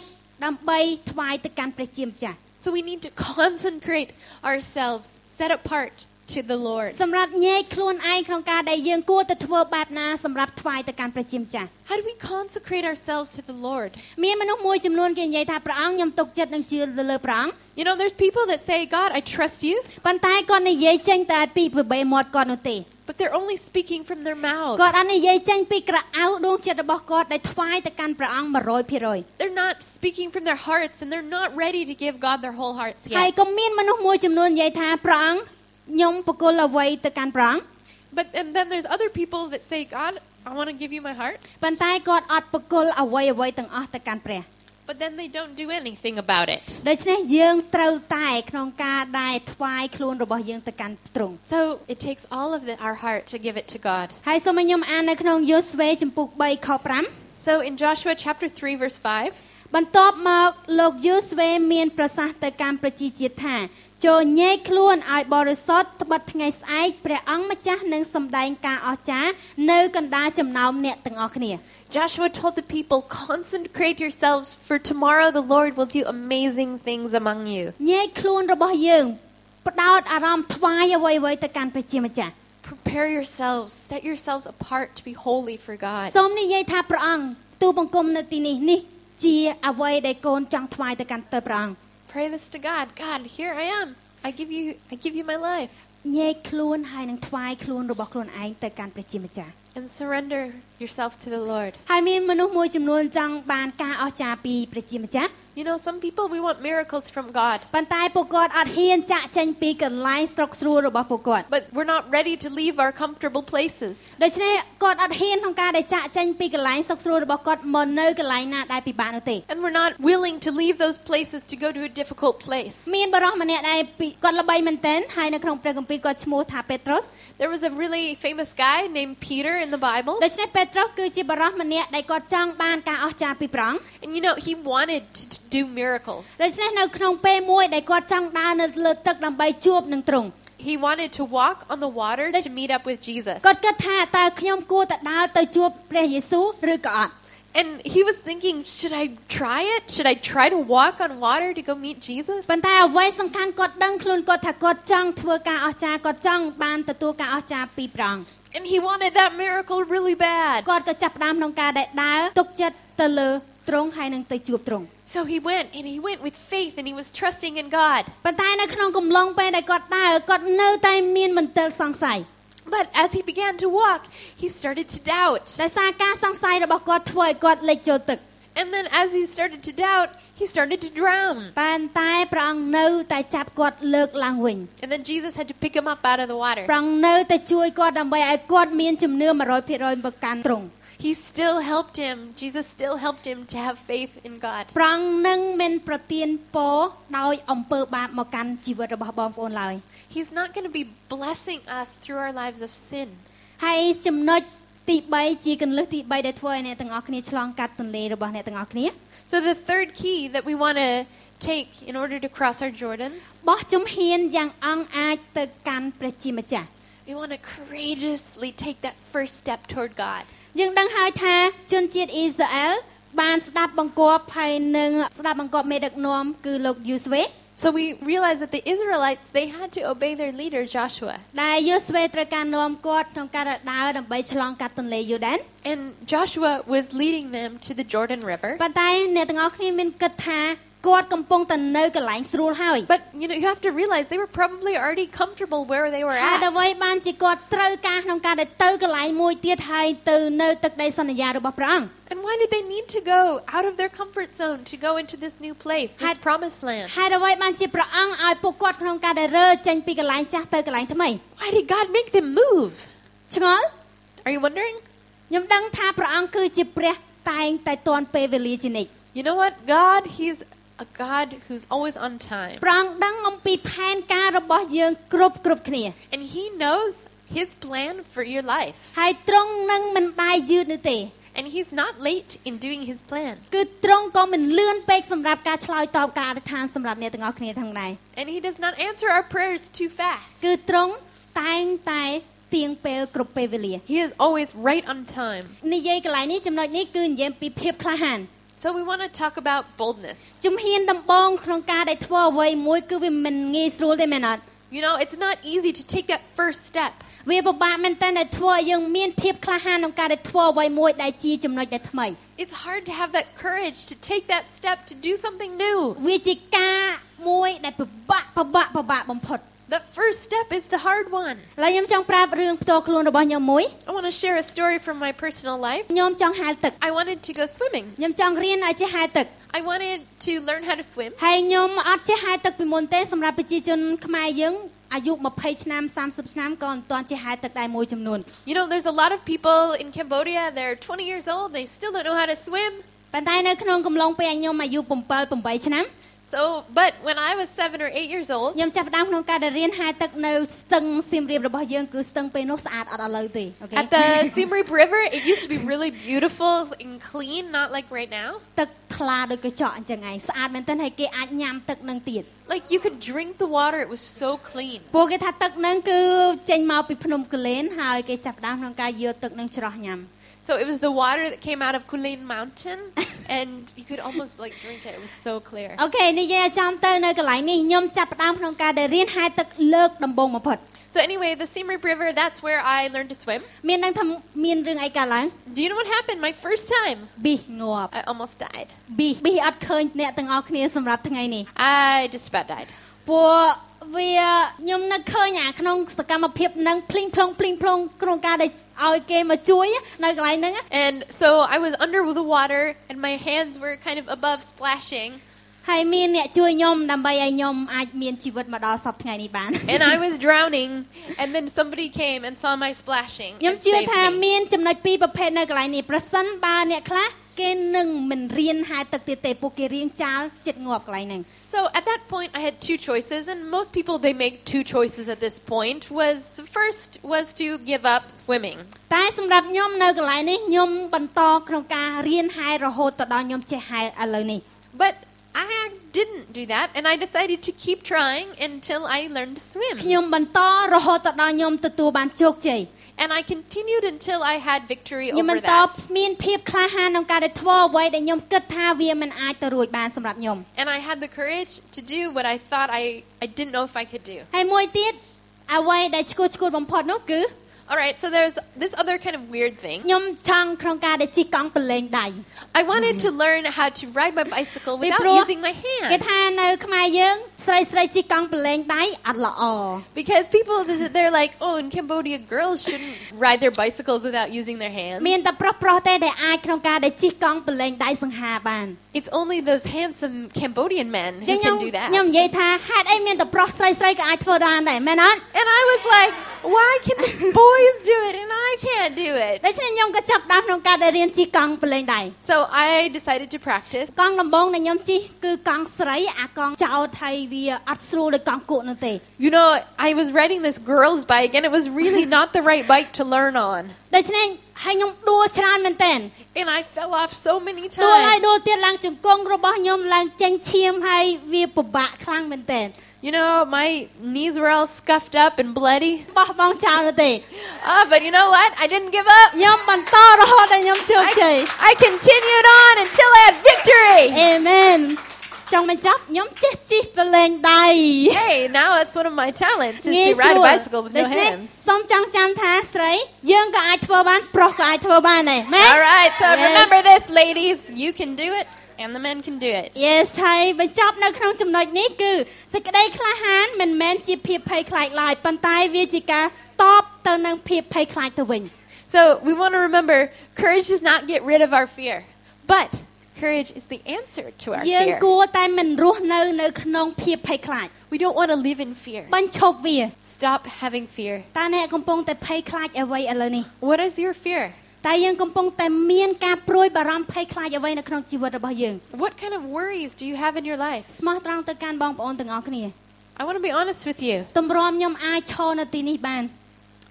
S1: ដើម្បីថ្វាយទៅកាន់ព្រះជាម្ចាស់
S2: So we need to consecrate ourselves, set apart to the Lord.
S1: សម្រាប់ញែកខ្លួនឯងក្នុងការដែលយើងគួរទៅធ្វើបែបណាសម្រាប់ថ្វាយទៅកាន់ព្រះជាម្ចាស់
S2: How do we consecrate ourselves to the Lord?
S1: មានមនុស្សមួយចំនួនគេនិយាយថាព្រះអង្គខ្ញុំទុកចិត្តនឹងជឿទៅលើព្រះអង្គ
S2: You know, there's people that say, God, I trust you,
S1: ប៉ុន្តែគាត់និយាយចេញតែពីប្របីមាត់គាត់នោះទេ
S2: but They're only speaking from their
S1: គាត់អា
S2: mouths.
S1: ននិយាយចេញពីក្រអៅដួងចិត្តរបស់គាត់ដែលថ្វាយទៅកាន់ព្រះអង្គ100%
S2: They're not speaking from their hearts and they're not ready to give God their whole hearts
S1: ហើយ
S2: yet.
S1: ក៏មានមនុស្សមួយចំនួននិយាយថាព្រះអង្គខ្ញុំបកលអ្វីទៅកាន់ព្រះអង្គ
S2: But and then there's other people that say, God, I want to give you my heart,
S1: ប៉ុន្តែគាត់អត់បកលអ្វីអ្វីទាំងអស់ទៅកាន់ព្រះ
S2: but then they don't do anything about it.
S1: ដូច្នេះយើងត្រូវតែក្នុងការដែលថ្វាយខ្លួនរបស់យើងទៅកាន់ទ្រង់
S2: So it takes all of the, our heart to give it to God.
S1: ហើយសូមឲ្យខ្ញុំអាននៅក្នុងយូស្វេចំពុក3ខ5
S2: So in Joshua chapter 3 verse 5,
S1: បន្ទាប់មកលោកយូស្វេមានប្រសាសន៍ទៅកាន់ប្រជាជាតិថាចូលញែកខ្លួនឲ្យបរិសុទ្ធត្បិតថ្ងៃស្អែកព្រះអង្គម្ចាស់នឹងសម្ដែងការអស្ចារ្យនៅកណ្ដាលចំណោមអ្នកទាំងអស់គ្នា
S2: Joshua told the people, "Consecrate yourselves for tomorrow the Lord will do amazing things among you."
S1: ញែកខ្លួនរបស់យើងផ្ដោតអារម្មណ៍ថ្វាយអ្វីៗទៅកាន់ព្រះជាម្ចាស់
S2: Prepare yourselves, set yourselves apart to be holy for God.
S1: សូមនិយាយថាព្រះអង្គទូលបង្គំនៅទីនេះនេះជាអ្វីដែលកូនចង់ថ្វាយទៅកាន់ទៅព្រះអង្គ
S2: Pray this to God. God, here I am. I give you I give you my life
S1: ញែកខ្លួនហើយនឹងថ្វាយខ្លួនរបស់ខ្លួនឯងទៅកាន់ព្រះជាម្ចាស់
S2: and surrender yourself to the Lord.
S1: ហើយមានមនុស្សមួយចំនួនចង់បានការអស្ចារ្យពីព្រះជាម្ចាស់
S2: You know, some people we want miracles from God,
S1: ប៉ុន្តែពួកគាត់អត់ហ៊ានចាក់ចេញពីកន្លែងស្រុកស្រួលរបស់ពួកគាត់
S2: but we're not ready to leave our comfortable places.
S1: ដូច្នេះគាត់អត់ហ៊ានក្នុងការដែលចាក់ចេញពីកន្លែងស្រុកស្រួលរបស់គាត់មកនៅកន្លែងណាដែលពិបាកនោះទេ
S2: And we're not willing to leave those places to go to a difficult place.
S1: មានបរិសម្នាក់ដែលពីគាត់ល្បីមែនទែនហើយនៅក្នុងព្រះគម្ពីរគាត់ឈ្មោះថាពេត្រុស
S2: There was a really famous guy named Peter in the Bible,
S1: ដូច្នេះពេត្រុសគឺជាបរិសម្នាក់ដែលគាត់ចង់បានការអស្ចារ្យពីប្រអងគ
S2: and you know, he wanted to t- do miracles.
S1: ដូច្នេះនៅក្នុងពេលមួយដែលគាត់ចង់ដើរនៅលើទឹកដើម្បីជួបនឹងទ្រង់
S2: He wanted to walk on the water
S1: Let's-
S2: to meet up with Jesus.
S1: គាត់គិតថាតើខ្ញុំគួរតែដើរទៅជួបព្រះយេស៊ូវឬក៏អត់
S2: And he was thinking, should I try it? Should I try to walk on water to go meet Jesus?
S1: ប៉ុន្តែអ្វីសំខាន់គាត់ដឹងខ្លួនគាត់ថាគាត់ចង់ធ្វើការអស្ចារ្យគាត់ចង់បានទទួលការអស្ចារ្យពីប្រអងគ
S2: And he wanted that miracle really bad.
S1: គាត់ក៏ចាប់ផ្ដើមក្នុងការដែលដើរទុកចិត្តទៅលើទ្រង់ហើយនឹងទៅជួបទ្រង់
S2: So he went, and he went with faith, and he was trusting in God.
S1: ប៉ុន្តែនៅក្នុងកំឡុងពេលដែលគាត់ដើរគាត់នៅតែមានមន្ទិលសង្ស័យ
S2: But as he began to walk, he started to doubt.
S1: ដោយសារការសង្ស័យរបស់គាត់ធ្វើឲ្យគាត់លិចចូលទឹក
S2: And then as he started to doubt, he started to drown.
S1: ប៉ុន្តែព្រះអង្គនៅតែចាប់គាត់លើកឡើងវិញ
S2: And then Jesus had to pick him up out of the water.
S1: ព្រះអង្គនៅតែជួយគាត់ដើម្បីឲ្យគាត់មានជំនឿ100%ប្រកាន់ទ្រង់
S2: He still helped him. Jesus still helped him to have faith in God.
S1: ព្រះអង្គនឹងមិនប្រទានពរដោយអំពើបាបមកកាន់ជីវិតរបស់បងប្អូនឡើយ
S2: He's not going to be blessing us through our lives of sin.
S1: ហើយចំណុចទី3ជាកន្លឹះទី3ដែលធ្វើឲ្យអ្នកទាំងអស់គ្នាឆ្លងកាត់ទន្លេរបស់អ្នកទាំងអស់គ្នា
S2: So the third key that we want to take in order to cross our Jordans,
S1: បោះជំហានយ៉ាងអង់អាចទៅកាន់ព្រះជាម្ចាស់
S2: we want to courageously take that first step toward God.
S1: យើងដឹងហើយថាជនជាតិអ៊ីស្រាអែលបានស្ដាប់បង្គាប់ហើយនឹងស្ដាប់បង្គាប់មេដឹកនាំគឺលោកយូស្វេ
S2: So we realize that the Israelites, they had to obey their leader Joshua.
S1: ដែលយូស្វេត្រូវការនាំគាត់ក្នុងការដើរដើម្បីឆ្លងកាត់ទន្លេយូដាន
S2: And Joshua was leading them to the Jordan River.
S1: ប៉ុន្តែអ្នកទាំងអស់គ្នាមានគិតថាគាត់កំពុងតែនៅកន្លែងស្រួលហើយ
S2: But you know, you have to realize they were probably already comfortable where they were
S1: ហេតុអ្វី
S2: at.
S1: បានជាគាត់ត្រូវការក្នុងការដែលទៅកន្លែងមួយទៀតហើយទៅនៅទឹកដីសន្យារបស់ព្រះអង្គ
S2: And why did they need to go out of their comfort zone to go into this new place, this
S1: Had-
S2: promised land?
S1: ហេតុអ្វីបានជាព្រះអង្គឲ្យពួកគាត់ក្នុងការដែលរើចេញពីកន្លែងចាស់ទៅកន្លែងថ្មី
S2: Why did God make them move?
S1: ឆ្ងល់
S2: Are you wondering?
S1: ខ្ញុំដឹងថាព្រះអង្គគឺជាព្រះតែងតែទាន់ពេលវេលាជានិច្ច
S2: You know what? God, He's a God who's always on time.
S1: ព្រះអង្គដឹងអំពីផែនការរបស់យើងគ្រប់គ្រប់គ្នា
S2: And He knows His plan for your life.
S1: ហើយទ្រង់នឹងមិនដែរយឺតនោះទេ
S2: And He's not late in doing His plan.
S1: គឺទ្រង់ក៏មិនលឿនពេកសម្រាប់ការឆ្លើយតបការអធិដ្ឋានសម្រាប់អ្នកទាំងអស់គ្នាទាំងដែរ
S2: And He does not answer our prayers too fast.
S1: គឺទ្រង់តែងតែទៀងពេលគ្រប់ពេលវេលា
S2: He is always right on time.
S1: និយាយកន្លែងនេះចំណុចនេះគឺនិយាយពីភាពក្លាហាន
S2: So we want to talk about boldness.
S1: ជំហានដំបងក្នុងការដែលធ្វើអ្វីមួយគឺវាមិនងាយស្រួលទេមែនអត់
S2: You know, it's not easy to take that first step.
S1: វាពិបាកមែនតើដែលធ្វើឲ្យយើងមានភាពក្លាហានក្នុងការដែលធ្វើអ្វីមួយដែលជាចំណុចដែលថ្មី
S2: It's hard to have that courage to take that step to do something new.
S1: វាជាការមួយដែលពិបាកពិបាកពិបាកបំផុត
S2: The first step is the hard one.
S1: ឡើយខ្ញុំចង់ប្រាប់រឿងផ្ទាល់ខ្លួនរបស់ខ្ញុំមួយ
S2: I want to share a story from my personal life.
S1: ខ្ញុំចង់ហែលទឹក
S2: I wanted to go swimming.
S1: ខ្ញុំចង់រៀនឲ្យចេះហែលទឹក
S2: I wanted to learn how to swim.
S1: ហើយខ្ញុំអត់ចេះហែលទឹកពីមុនទេសម្រាប់ប្រជាជនខ្មែរយើងអាយុ20ឆ្នាំ30ឆ្នាំក៏មិនទាន់ចេះហែលទឹកដែរមួយចំនួន
S2: You know, there's a lot of people in Cambodia, they're 20 years old, they still don't know how to swim.
S1: ប៉ុន្តែនៅក្នុងកំឡុងពេលខ្ញុំអាយុ7 8ឆ្នាំ
S2: So, but when I was 7 or 8 years old,
S1: ខ្ញុំចាប់ផ្ដើមក្នុងការដែលរៀនហែលទឹកនៅស្ទឹងសៀមរាបរបស់យើងគឺស្ទឹងពេលនោះស្អាតអត់ឥឡូវទេអូខេ
S2: at the Siem Reap River, it used to be really beautiful and clean, not like right now.
S1: ទឹកថ្លាដូចកញ្ចក់អញ្ចឹងឯងស្អាតមែនទែនហើយគេអាចញ៉ាំទឹកនឹងទៀត
S2: Like you could drink the water, it was so clean.
S1: ពួកគេថាទឹកនឹងគឺចេញមកពីភ្នំកលែនហើយគេចាប់ផ្ដើមក្នុងការយកទឹកនឹងច្រោះញ៉ាំ
S2: So it was the water that came out of Kulain Mountain, and you could almost like drink it. It was so clear.
S1: អូខេនិយាយឲ្យចំទៅនៅកន្លែងនេះខ្ញុំចាប់ផ្ដើមក្នុងការដែលរៀនហែលទឹកលើកដំបូងបំផុត
S2: So anyway, the Siem Reap River, that's where I learned to swim.
S1: មាននឹងថាមានរឿងអីកើតឡើង
S2: Do you know what happened? My first time,
S1: ប៊ីសងាប់
S2: I almost died.
S1: ប៊ីសប៊ីសអត់ឃើញអ្នកទាំងអស់គ្នាសម្រាប់ថ្ងៃនេះ
S2: I just about died.
S1: ពួកវាខ្ញុំនឹកឃើញអាក្នុងសកម្មភាពនឹងភ្លីងភ្លងភ្លីងភ្លងក្នុងការដែលឲ្យគេមកជួយនៅកន្លែងហ្នឹង
S2: And so I was under the water, and my hands were kind of above splashing,
S1: ហើយមានអ្នកជួយខ្ញុំដើម្បីឲ្យខ្ញុំអាចមានជីវិតមកដល់សប្តាហ៍ថ្ងៃនេះបាន
S2: and I was drowning. And then somebody came and saw my splashing
S1: ខ្ញុំ
S2: and
S1: ជឿ
S2: saved
S1: ថា
S2: me.
S1: មានចំណុចពីរប្រភេទនៅកន្លែងនេះប្រសិនបើអ្នកខ្លះគេនឹងមិនរៀនហែលទឹកទៀតទេពួកគេរៀងចាលចិត្តងាប់កន្លែងហ្នឹង
S2: So at that point, I had two choices, and most people they make two choices at this point. Was the first was to give up swimming.
S1: តែសម្រាប់ខ្ញុំនៅកន្លែងនេះខ្ញុំបន្តក្នុងការរៀនហែលរហូតទៅដល់ខ្ញុំចេះហែលឥឡូវនេះ
S2: But I didn't do that, and I decided to keep trying until I learned to swim.
S1: ខ្ញុំបន្តរហូតទៅដល់ខ្ញុំទទួលបានជោគជ័យ
S2: And I continued until I had victory
S1: ខ្ញុំ
S2: over
S1: បន្ត
S2: that.
S1: មានភាពក្លាហានក្នុងការដែលធ្វើអ្វីដែលខ្ញុំគិតថាវាមិនអាចទៅរួចបានសម្រាប់ខ្ញុំ
S2: And I had the courage to do what I thought I, I didn't know if I could do.
S1: ហើយមួយទៀតអ្វីដែលឈ្គួតឈ្គួតបំផុតនោះគឺ
S2: All right, so there's this other kind of weird thing.
S1: ខ្ញុំចង់ក្នុងការដែលជិះកង់ប្រឡែងដៃ
S2: I wanted to learn how to ride my bicycle without
S1: Bro-
S2: using my
S1: គេ
S2: hand.
S1: ថានៅខ្មែរយើងស្រីស្រីជិះកង់ប្រឡែងដៃអត់ល្អ
S2: Because people, they're like, oh, in Cambodia, girls shouldn't ride their bicycles without using their hands.
S1: មានតែប្រុសប្រុសៗទេដែលអាចក្នុងការដែលជិះកង់ប្រឡែងដៃសង្ហាបាន
S2: It's only those handsome Cambodian men
S1: ចឹ
S2: who
S1: ងខ្ញុំ
S2: can do that.
S1: ខ្ញុំនិយាយថាហេតុអីមានតែប្រុសស្រីស្រីៗក៏អាចធ្វើបានដែរមែនអត់
S2: And I was like, why can the boys do it and I can't do it?
S1: ដូច្នេះខ្ញុំក៏ចាប់ផ្ដើមក្នុងការដែលរៀនជិះកង់ប្រឡែងដៃ
S2: So I decided to practice.
S1: កង់ដំបងដែលខ្ញុំជិះគឺកង់ស្រីអាកង់ចោតហើយវាអត់ស្រួលដូចកង់គក់នោះទេ
S2: You know, I was riding this girl's bike and it was really not the right bike to learn on.
S1: ដូច្នេះហើយខ្ញុំដួលច្រើនមែនតើ
S2: And I fell off so many
S1: ដួលហើយ
S2: times.
S1: ដួលទៀតឡើងជង្គង់របស់ខ្ញុំឡើងចេញឈាមហើយវាពិបាកខ្លាំងមែនតើ
S2: You know, my knees were all scuffed up and bloody.
S1: បោះបង់ចោលនោះទេ
S2: Ah, but you know what? I didn't give up.
S1: ខ្ញុំបន្តរហូតដល់ខ្ញុំជោគ
S2: I,
S1: ជ័យ
S2: I continued on until I had victory.
S1: អេមែនចង់បញ្ចប់ខ្ញុំចេះជិះប្រឡែងដៃ
S2: Hey, now that's one of my talents is
S1: ងាយ
S2: to
S1: ស្រួ
S2: ride a
S1: ល
S2: bicycle with
S1: ដូ
S2: no
S1: ច្នេះ
S2: hands.
S1: សូមចង់ចាំថាស្រីយើងក៏អាចធ្វើបានប្រុសក៏អាចធ្វើបានដែរមែ
S2: All
S1: ន
S2: right, so
S1: Yes.
S2: remember this, ladies. You can do it, and the men can do it.
S1: Yes ហើយបញ្ចប់នៅក្នុងចំណុចនេះគឺសេចក្តីក្លាហានមិនមែនជាភាពភ័យខ្លាចឡើយប៉ុន្តែវាជាការតបទៅនឹងភាពភ័យខ្លាចទៅវិញ
S2: So we want to remember courage does not get rid of our fear, but courage is the answer to our
S1: យើង
S2: fear.
S1: គួរតែមិនរស់នៅនៅក្នុងភាពភ័យខ្លាច
S2: We don't want to live in fear.
S1: បញ្ឈប់វា
S2: Stop having fear.
S1: តើអ្នកកំពុងតែភ័យខ្លាចអ្វីឥឡូវនេះ
S2: What is your fear?
S1: តែយើងកំពុងតែមានការព្រួយបារម្ភភ័យខ្លាចអ្វីនៅក្នុងជីវិតរបស់យើង
S2: What kind of worries do you have in your life?
S1: ស្មោះត្រង់ទៅកាន់បងប្អូនទាំងអស់គ្នា
S2: I want to be honest with you.
S1: ទម្រាំខ្ញុំអាចឈរនៅទីនេះបាន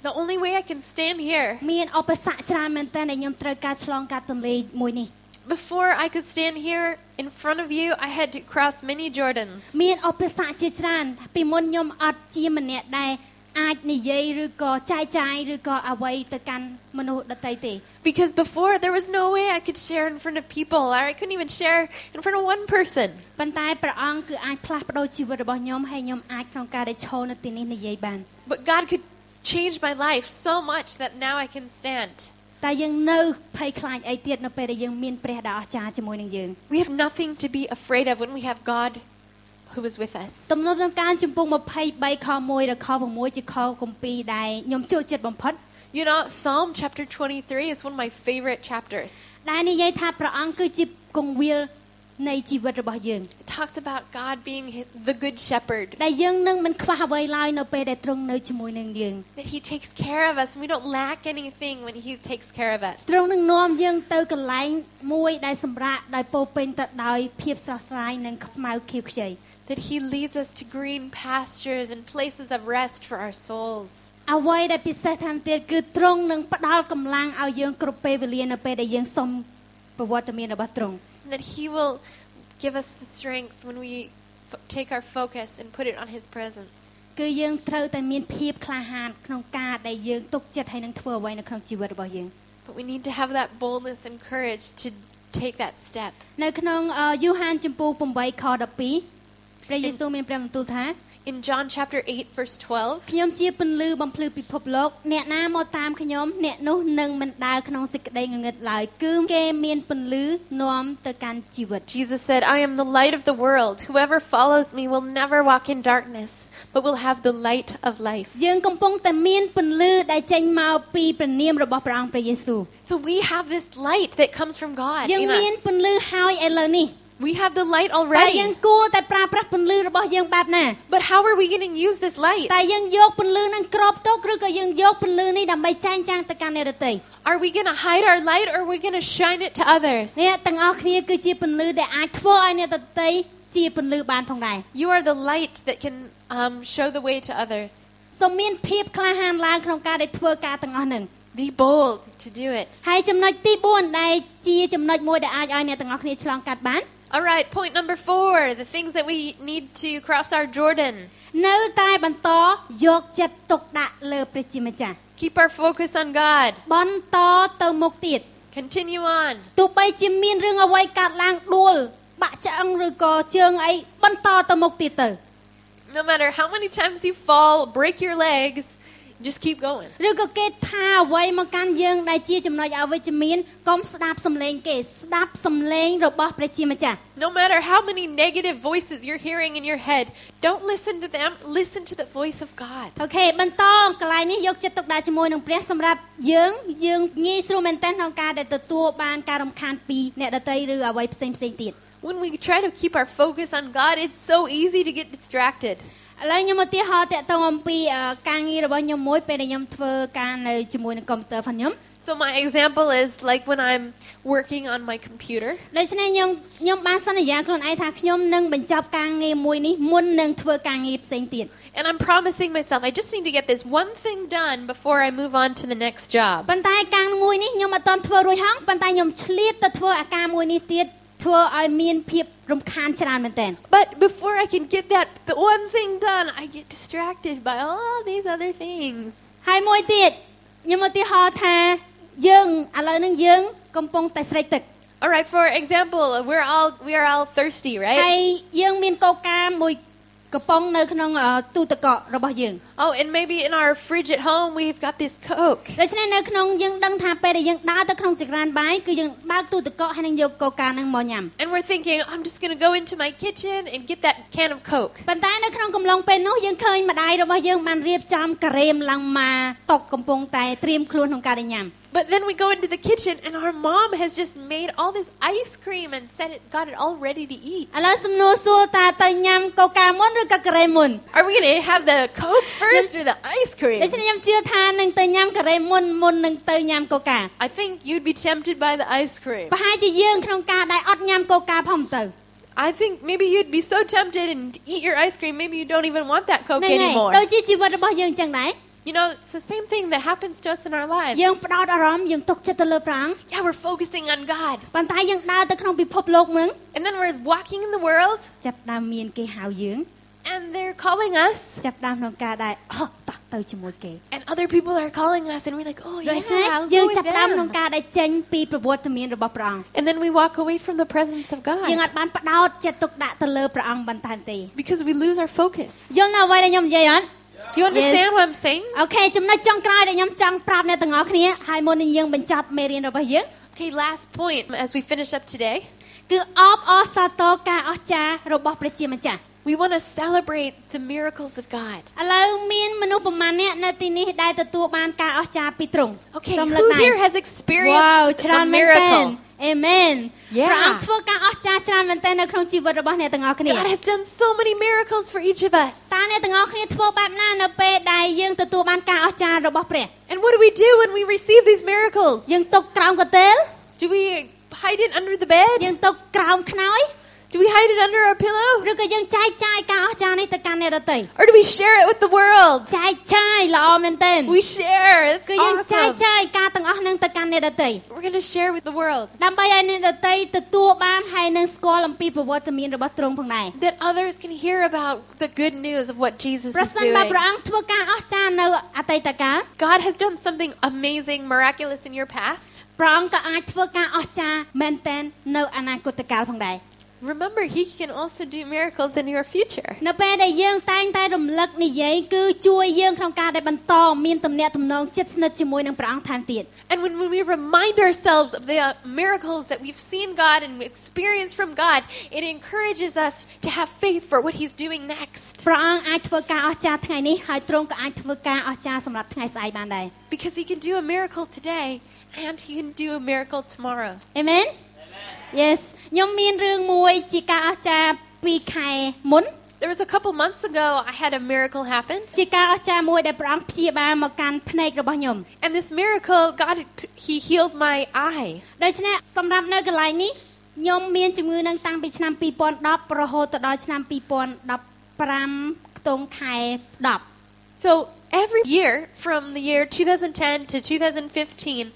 S2: The only way I can stand here,
S1: មានឧបសគ្គច្រើនមែនតើដែលខ្ញុំត្រូវការឆ្លងកាត់ទន្លេមួយនេះ
S2: before I could stand here in front of you, I had to cross many Jordans.
S1: មានឧបសគ្គជាច្រើនពីមុនខ្ញុំអត់ជាម្នាក់ដែលអាចនិយាយឬក៏ចែកចាយឬក៏អ្វីទៅកាន់មនុស្សដទៃទេ
S2: Because before, there was no way I could share in front of people, or I couldn't even share in front of one person.
S1: ប៉ុន្តែព្រះអង្គគឺអាចផ្លាស់ប្ដូរជីវិតរបស់ខ្ញុំហើយខ្ញុំអាចក្នុងការដែលឈរនៅទីនេះនិយាយបាន
S2: But God could change my life so much that now I can stand.
S1: តែយើងនៅភ័យខ្លាចអីទៀតនៅពេលដែលយើងមានព្រះដ៏អស្ចារ្យជាមួយនឹងយើង
S2: We have nothing to be afraid of when we have God who was with us.
S1: ទំនុកនឹងការចំពង23ខ1ដល់ខ6ជាខគម្ពីរដែលខ្ញុំចូលចិត្តបំផុត
S2: You know, Psalm chapter 23 is one of my favorite chapters.
S1: ដែលនិយាយថាព្រះអង្គគឺជាគង្វាលនៃជីវិតរបស់យើង
S2: It talks about God being hi- the good shepherd,
S1: ដែលយើងនឹងមិនខ្វះអ្វីឡើយនៅពេលដែលទ្រង់នៅជាមួយនឹងយើង
S2: that he takes care of us and we don't lack anything when he takes care of us.
S1: ទ្រង់នឹងនាំយើងទៅកន្លែងមួយដែលសម្រាប់ដោយពោរពេញទៅដោយភាពស្រស់ស្រាយនិងស្មៅខៀវខ្ចី
S2: That he leads us to green pastures and places of rest for our souls.
S1: អ្វីដែលពិសេសតាមទៀតគឺទ្រង់នឹងផ្ដល់កម្លាំងឲ្យយើងគ្រប់ពេលវេលានៅពេលដែលយើងសុំប្រវត្តិមានរបស់ទ្រង់
S2: And that he will give us the strength when we f- take our focus and put it on his presence.
S1: គឺយើងត្រូវតែមានភាពក្លាហានក្នុងការដែលយើងទុកចិត្តហើយនឹងធ្វើអ្វីនៅក្នុងជីវិតរបស់យើង
S2: But we need to have that boldness and courage to take that step.
S1: នៅក្នុងអឺយូហានចំពូក8ខ12ព្រះយេស៊ូវមានព្រះបន្ទូលថា
S2: In John chapter 8 verse 12,
S1: ខ្ញុំជាពន្លឺបំភ្លឺពិភពលោកអ្នកណាមកតាមខ្ញុំអ្នកនោះនឹងមិនដើរក្នុងសេចក្តីងងឹតឡើយគឺគេមានពន្លឺនាំទៅកាន់ជីវិត
S2: Jesus said, "I am the light of the world. Whoever follows me will never walk in darkness, but will have the light of life."
S1: យើងកំពុងតែមានពន្លឺដែលចេញមកពីព្រះនាមរបស់ព្រះអង្គព្រះយេស៊ូវ
S2: So we have this light that comes from God
S1: យើង
S2: in
S1: មាន
S2: us.
S1: ពន្លឺហើយឥឡូវនេះ
S2: We have the light
S1: តែយើង
S2: already.
S1: គួរតែប្រើប្រាស់ពន្លឺរបស់យើងបែបណា
S2: But how are we going to use this light?
S1: តែយើងយកពន្លឺនឹងក្របទុកឬក៏យើងយកពន្លឺនេះដើម្បីចែងចាំងទៅកាន់អ្នកដទៃ
S2: Are we going to hide our light or are we going to shine it to others?
S1: អ្នកទាំងអស់គ្នាគឺជាពន្លឺដែលអាចធ្វើឲ្យអ្នកដទៃជាពន្លឺបានផងដែរ
S2: You are the light that can um, show the way to others.
S1: សូមមានភាពក្លាហានឡើងក្នុងការដែលធ្វើការទាំងអស់ហ្នឹង
S2: Be bold to do it.
S1: ហើយចំណុចទី4ដែលជាចំណុចមួយដែលអាចឲ្យអ្នកទាំងអស់គ្នាឆ្លងកាត់បាន
S2: All right, point number four the things that we need to cross our Jordan.
S1: នៅតែបន្តយកចិត្តទុកដាក់លើព្រះជាម្ចាស់
S2: Keep our focus on God.
S1: បន្តទៅមុខទៀត
S2: Continue on.
S1: ទោះបីជាមានរឿងអ្វីកើតឡើងដួល បាក់ឆ្អឹងឬក៏ជើងអីបន្តទៅមុខទៀតទៅ
S2: No matter how many times you fall, break your legs, just keep going.
S1: ឬក៏គេថាអ្វីមកកាន់យើងដែលជាចំណុចអវិជ្ជមានកុំស្ដាប់សំឡេងគេស្ដាប់សំឡេងរបស់ព្រះជាម្ចាស់
S2: No matter how many negative voices you're hearing in your head, don't listen to them. Listen to the voice of God.
S1: អូខេបន្តកន្លែងនេះយកចិត្តទុកដាក់ជាមួយនឹងព្រះសម្រាប់យើងយើងងាយស្រួលមែនទែនក្នុងការដែលទទួលបានការរំខានពីអ្នកដតីឬអ្វីផ្សេងផ្សេងទៀត
S2: When we try to keep our focus on God, it's so easy to get distracted.
S1: ឥឡូវខ្ញុំឧទាហរណ៍តាក់ទងអំពីអឺការងាររបស់ខ្ញុំមួយពេលដែលខ្ញុំធ្វើការនៅជាមួយនឹងកុំព្យូទ័រផងខ្ញុំ
S2: So, my example is like when I'm working on my computer,
S1: ដូច្នេះខ្ញុំខ្ញុំបានសន្យាខ្លួនឯងថាខ្ញុំនឹងបញ្ចប់ការងារមួយនេះមុននឹងធ្វើការងារផ្សេងទៀត
S2: and I'm promising myself, I just need to get this one thing done before I move on to the next job.
S1: ប៉ុន្តែការមួយនេះខ្ញុំអត់ទាន់ធ្វើរួចហងប៉ុន្តែខ្ញុំឆ្លៀតទៅធ្វើអាការមួយនេះទៀតធ្វើឲ្យមានភាពរំខានច្រើនមែនទែន
S2: But before I can get that the one thing done, I get distracted by all these other things.
S1: ហើយមួយទៀតខ្ញុំឧទាហរណ៍ថាយើងឥឡូវហ្នឹងយើងកំពុងតែស្រេកទឹក
S2: All right, for example, we're all we are all thirsty,
S1: ហើ
S2: right?
S1: យយើងមានកូកាមួយកំប៉ុងនៅក្នុងអឺទូទឹកកករបស់យើង
S2: Oh, and maybe in our fridge at home, we've got this Coke.
S1: ដូច្នេះនៅក្នុងយើងដឹងថាពេលដែលយើងដើរទៅក្នុងចក្រានបាយគឺយើងបើកទូទឹកកកហើយនឹងយកកូកាហ្នឹងមកញ៉ាំ
S2: And we're thinking, I'm just going to go into my kitchen and get that can of Coke.
S1: ប៉ុន្តែនៅក្នុងកំឡុងពេលនោះយើងឃើញម្ដាយរបស់យើងបានរៀបចំការ៉េមឡើងមកតុកកំពុងតែត្រៀមខ្លួនក្នុងការដែលញ៉ាំ
S2: But then we go into the kitchen and our mom has just made all this ice cream and said it got it all ready to eat.
S1: ឥឡូវសំណួរសួរតើទៅញ៉ាំកូកាមុនឬក៏ការ៉េមមុន
S2: Are we going to have the Coke first or the ice
S1: ដូ
S2: cream?
S1: ច្នេះខ្ញុំជឿថានឹងទៅញ៉ាំការ៉េមមុនមុននឹងទៅញ៉ាំកូកា
S2: I think you'd be tempted by the ice cream.
S1: ប្រហែលជាយើងក្នុងការដែលអត់ញ៉ាំកូកាផងទៅ
S2: I think maybe you'd be so tempted and eat your ice cream, maybe you don't even want that Coke
S1: ហ្នឹងហើយ
S2: anymore.
S1: ដូចជាជីវិតរបស់យើងចឹងដែរ
S2: You know, it's the same thing that happens to us in our lives.
S1: យើងផ្ដោតអារម្មណ៍យើងទុកចិត្តទៅលើព្រះអង្គ
S2: Yeah, we're focusing on God.
S1: ប៉ុន្តែយើងដើរទៅក្នុងពិភពលោកហ្នឹង
S2: And then we're walking in the world
S1: ចាប់ផ្ដើមមានគេហៅយើង
S2: and they're calling us
S1: ចាប់ផ្ដើមក្នុងការដែលអោះតោះទៅជាមួយគេ
S2: and other people are calling us and we're like, "Oh, yeah,
S1: ដូច្នេះ
S2: I was
S1: យើង
S2: with
S1: ចាប់ផ្ដើមក្នុង
S2: them."
S1: ការដែលចេញពីប្រវត្តិមានរបស់ព្រះអង្គ
S2: And then we walk away from the presence of
S1: យើង
S2: God
S1: អត់បានផ្ដោតចិត្តទុកដាក់ទៅលើព្រះអង្គបន្តទេ
S2: because we lose our focus.
S1: យល់នៅអ្វីដែលខ្ញុំនិយាយអត់
S2: Do you understand
S1: Yes.
S2: what I'm saying?
S1: អូខេចំណុចចុងក្រោយដែលខ្ញុំចង់ប្រាប់អ្នកទាំងអស់គ្នាហើយមុននឹងយើងបញ្ចប់មេរៀនរបស់យើង
S2: Okay, last point as we finish up today.
S1: គឺអបអរសាទរការអស្ចារ្យរបស់ព្រះជាម្ចាស់
S2: We want to celebrate the miracles of God.
S1: ឥឡូវមានមនុស្សប្រមាណអ្នកនៅទីនេះដែលទទួលបានការអស្ចារ្យពីទ្រង់
S2: Okay,
S1: សូមលើក
S2: who
S1: ដៃ
S2: here has
S1: វ៉ាវ
S2: experienced
S1: ច្រើន
S2: a
S1: មែនទែន
S2: miracle?
S1: Amen
S2: Yeah.
S1: ព្រះអង្គធ្វើការអស្ចារ្យច្រើនមែនទែននៅក្នុងជីវិតរបស់អ្នកទាំងអស់គ្នា
S2: God has done so many miracles for each of us.
S1: តើអ្នកទាំងអស់គ្នាធ្វើបែបណានៅពេលដែលយើងទទួលបានការអស្ចារ្យរបស់ព្រះ
S2: And what do we do when we receive these miracles?
S1: យើងຕົកក្រោមកន្ទេល
S2: Do we hide it under the bed?
S1: យើងຕົកក្រោមខ្នើយ
S2: Do we hide it under our pillow?
S1: ឬក៏យើងចែកចាយការអស្ចារ្យនេះទៅកាន់អ្នកដទៃ
S2: Or do we share it with the world?
S1: ចែកចាយល្អមែនទែន
S2: We share. It's
S1: គឺយើងចែក
S2: awesome.
S1: ចាយការទាំងអស់នឹងទៅកាន់អ្នកដទៃ
S2: We're going to share with the world
S1: ដើម្បីឲ្យអ្នកដទៃទទួលបានហើយនឹងស្គាល់អំពីប្រវត្តិមានរបស់ទ្រង់ផងដែរ
S2: that others can hear about the good news of what Jesus
S1: ប្រ
S2: is
S1: សិនបើ
S2: doing.
S1: ព្រះអង្គធ្វើការអស្ចារ្យនៅអតីតកាល
S2: God has done something amazing, miraculous in your past.
S1: ព្រះអង្គក៏អាចធ្វើការអស្ចារ្យមែនទែននៅអនាគតកាលផងដែរ
S2: Remember, He can also do miracles in your future.
S1: នៅពេលដែលយើងតែងតែរំលឹកនិយាយគឺជួយយើងក្នុងការដែលបន្តមានទំនាក់ទំនងជិតស្និទ្ធជាមួយនឹងព្រះអង្គថែមទៀត
S2: And when, when we remind ourselves of the uh, miracles that we've seen God and experienced from God, it encourages us to have faith for what He's doing next
S1: ព្រះអង្គអាចធ្វើការអស្ចារ្យថ្ងៃនេះហើយទ្រង់ក៏អាចធ្វើការអស្ចារ្យសម្រាប់ថ្ងៃស្អែកបានដែរ
S2: because He can do a miracle today and He can do a miracle tomorrow.
S1: អេមែន Yes ខ្ញុំមានរឿងមួយជាការអស្ចារ្យ2ខែមុន
S2: There was a couple months ago, I had a miracle happen,
S1: ជាការអស្ចារ្យមួយដែលព្រះអង្គព្យាបាលមកកាន់ភ្នែករបស់ខ្ញុំ
S2: and this miracle, God, had p- He healed my eye.
S1: ដូច្នេះសម្រាប់នៅកន្លែងនេះខ្ញុំមានជំងឺនឹងតាំងពីឆ្នាំ2010រហូតទៅដល់ឆ្នាំ2015ខ្ទង់ខែ10
S2: So every year from the year 2010 to 2015,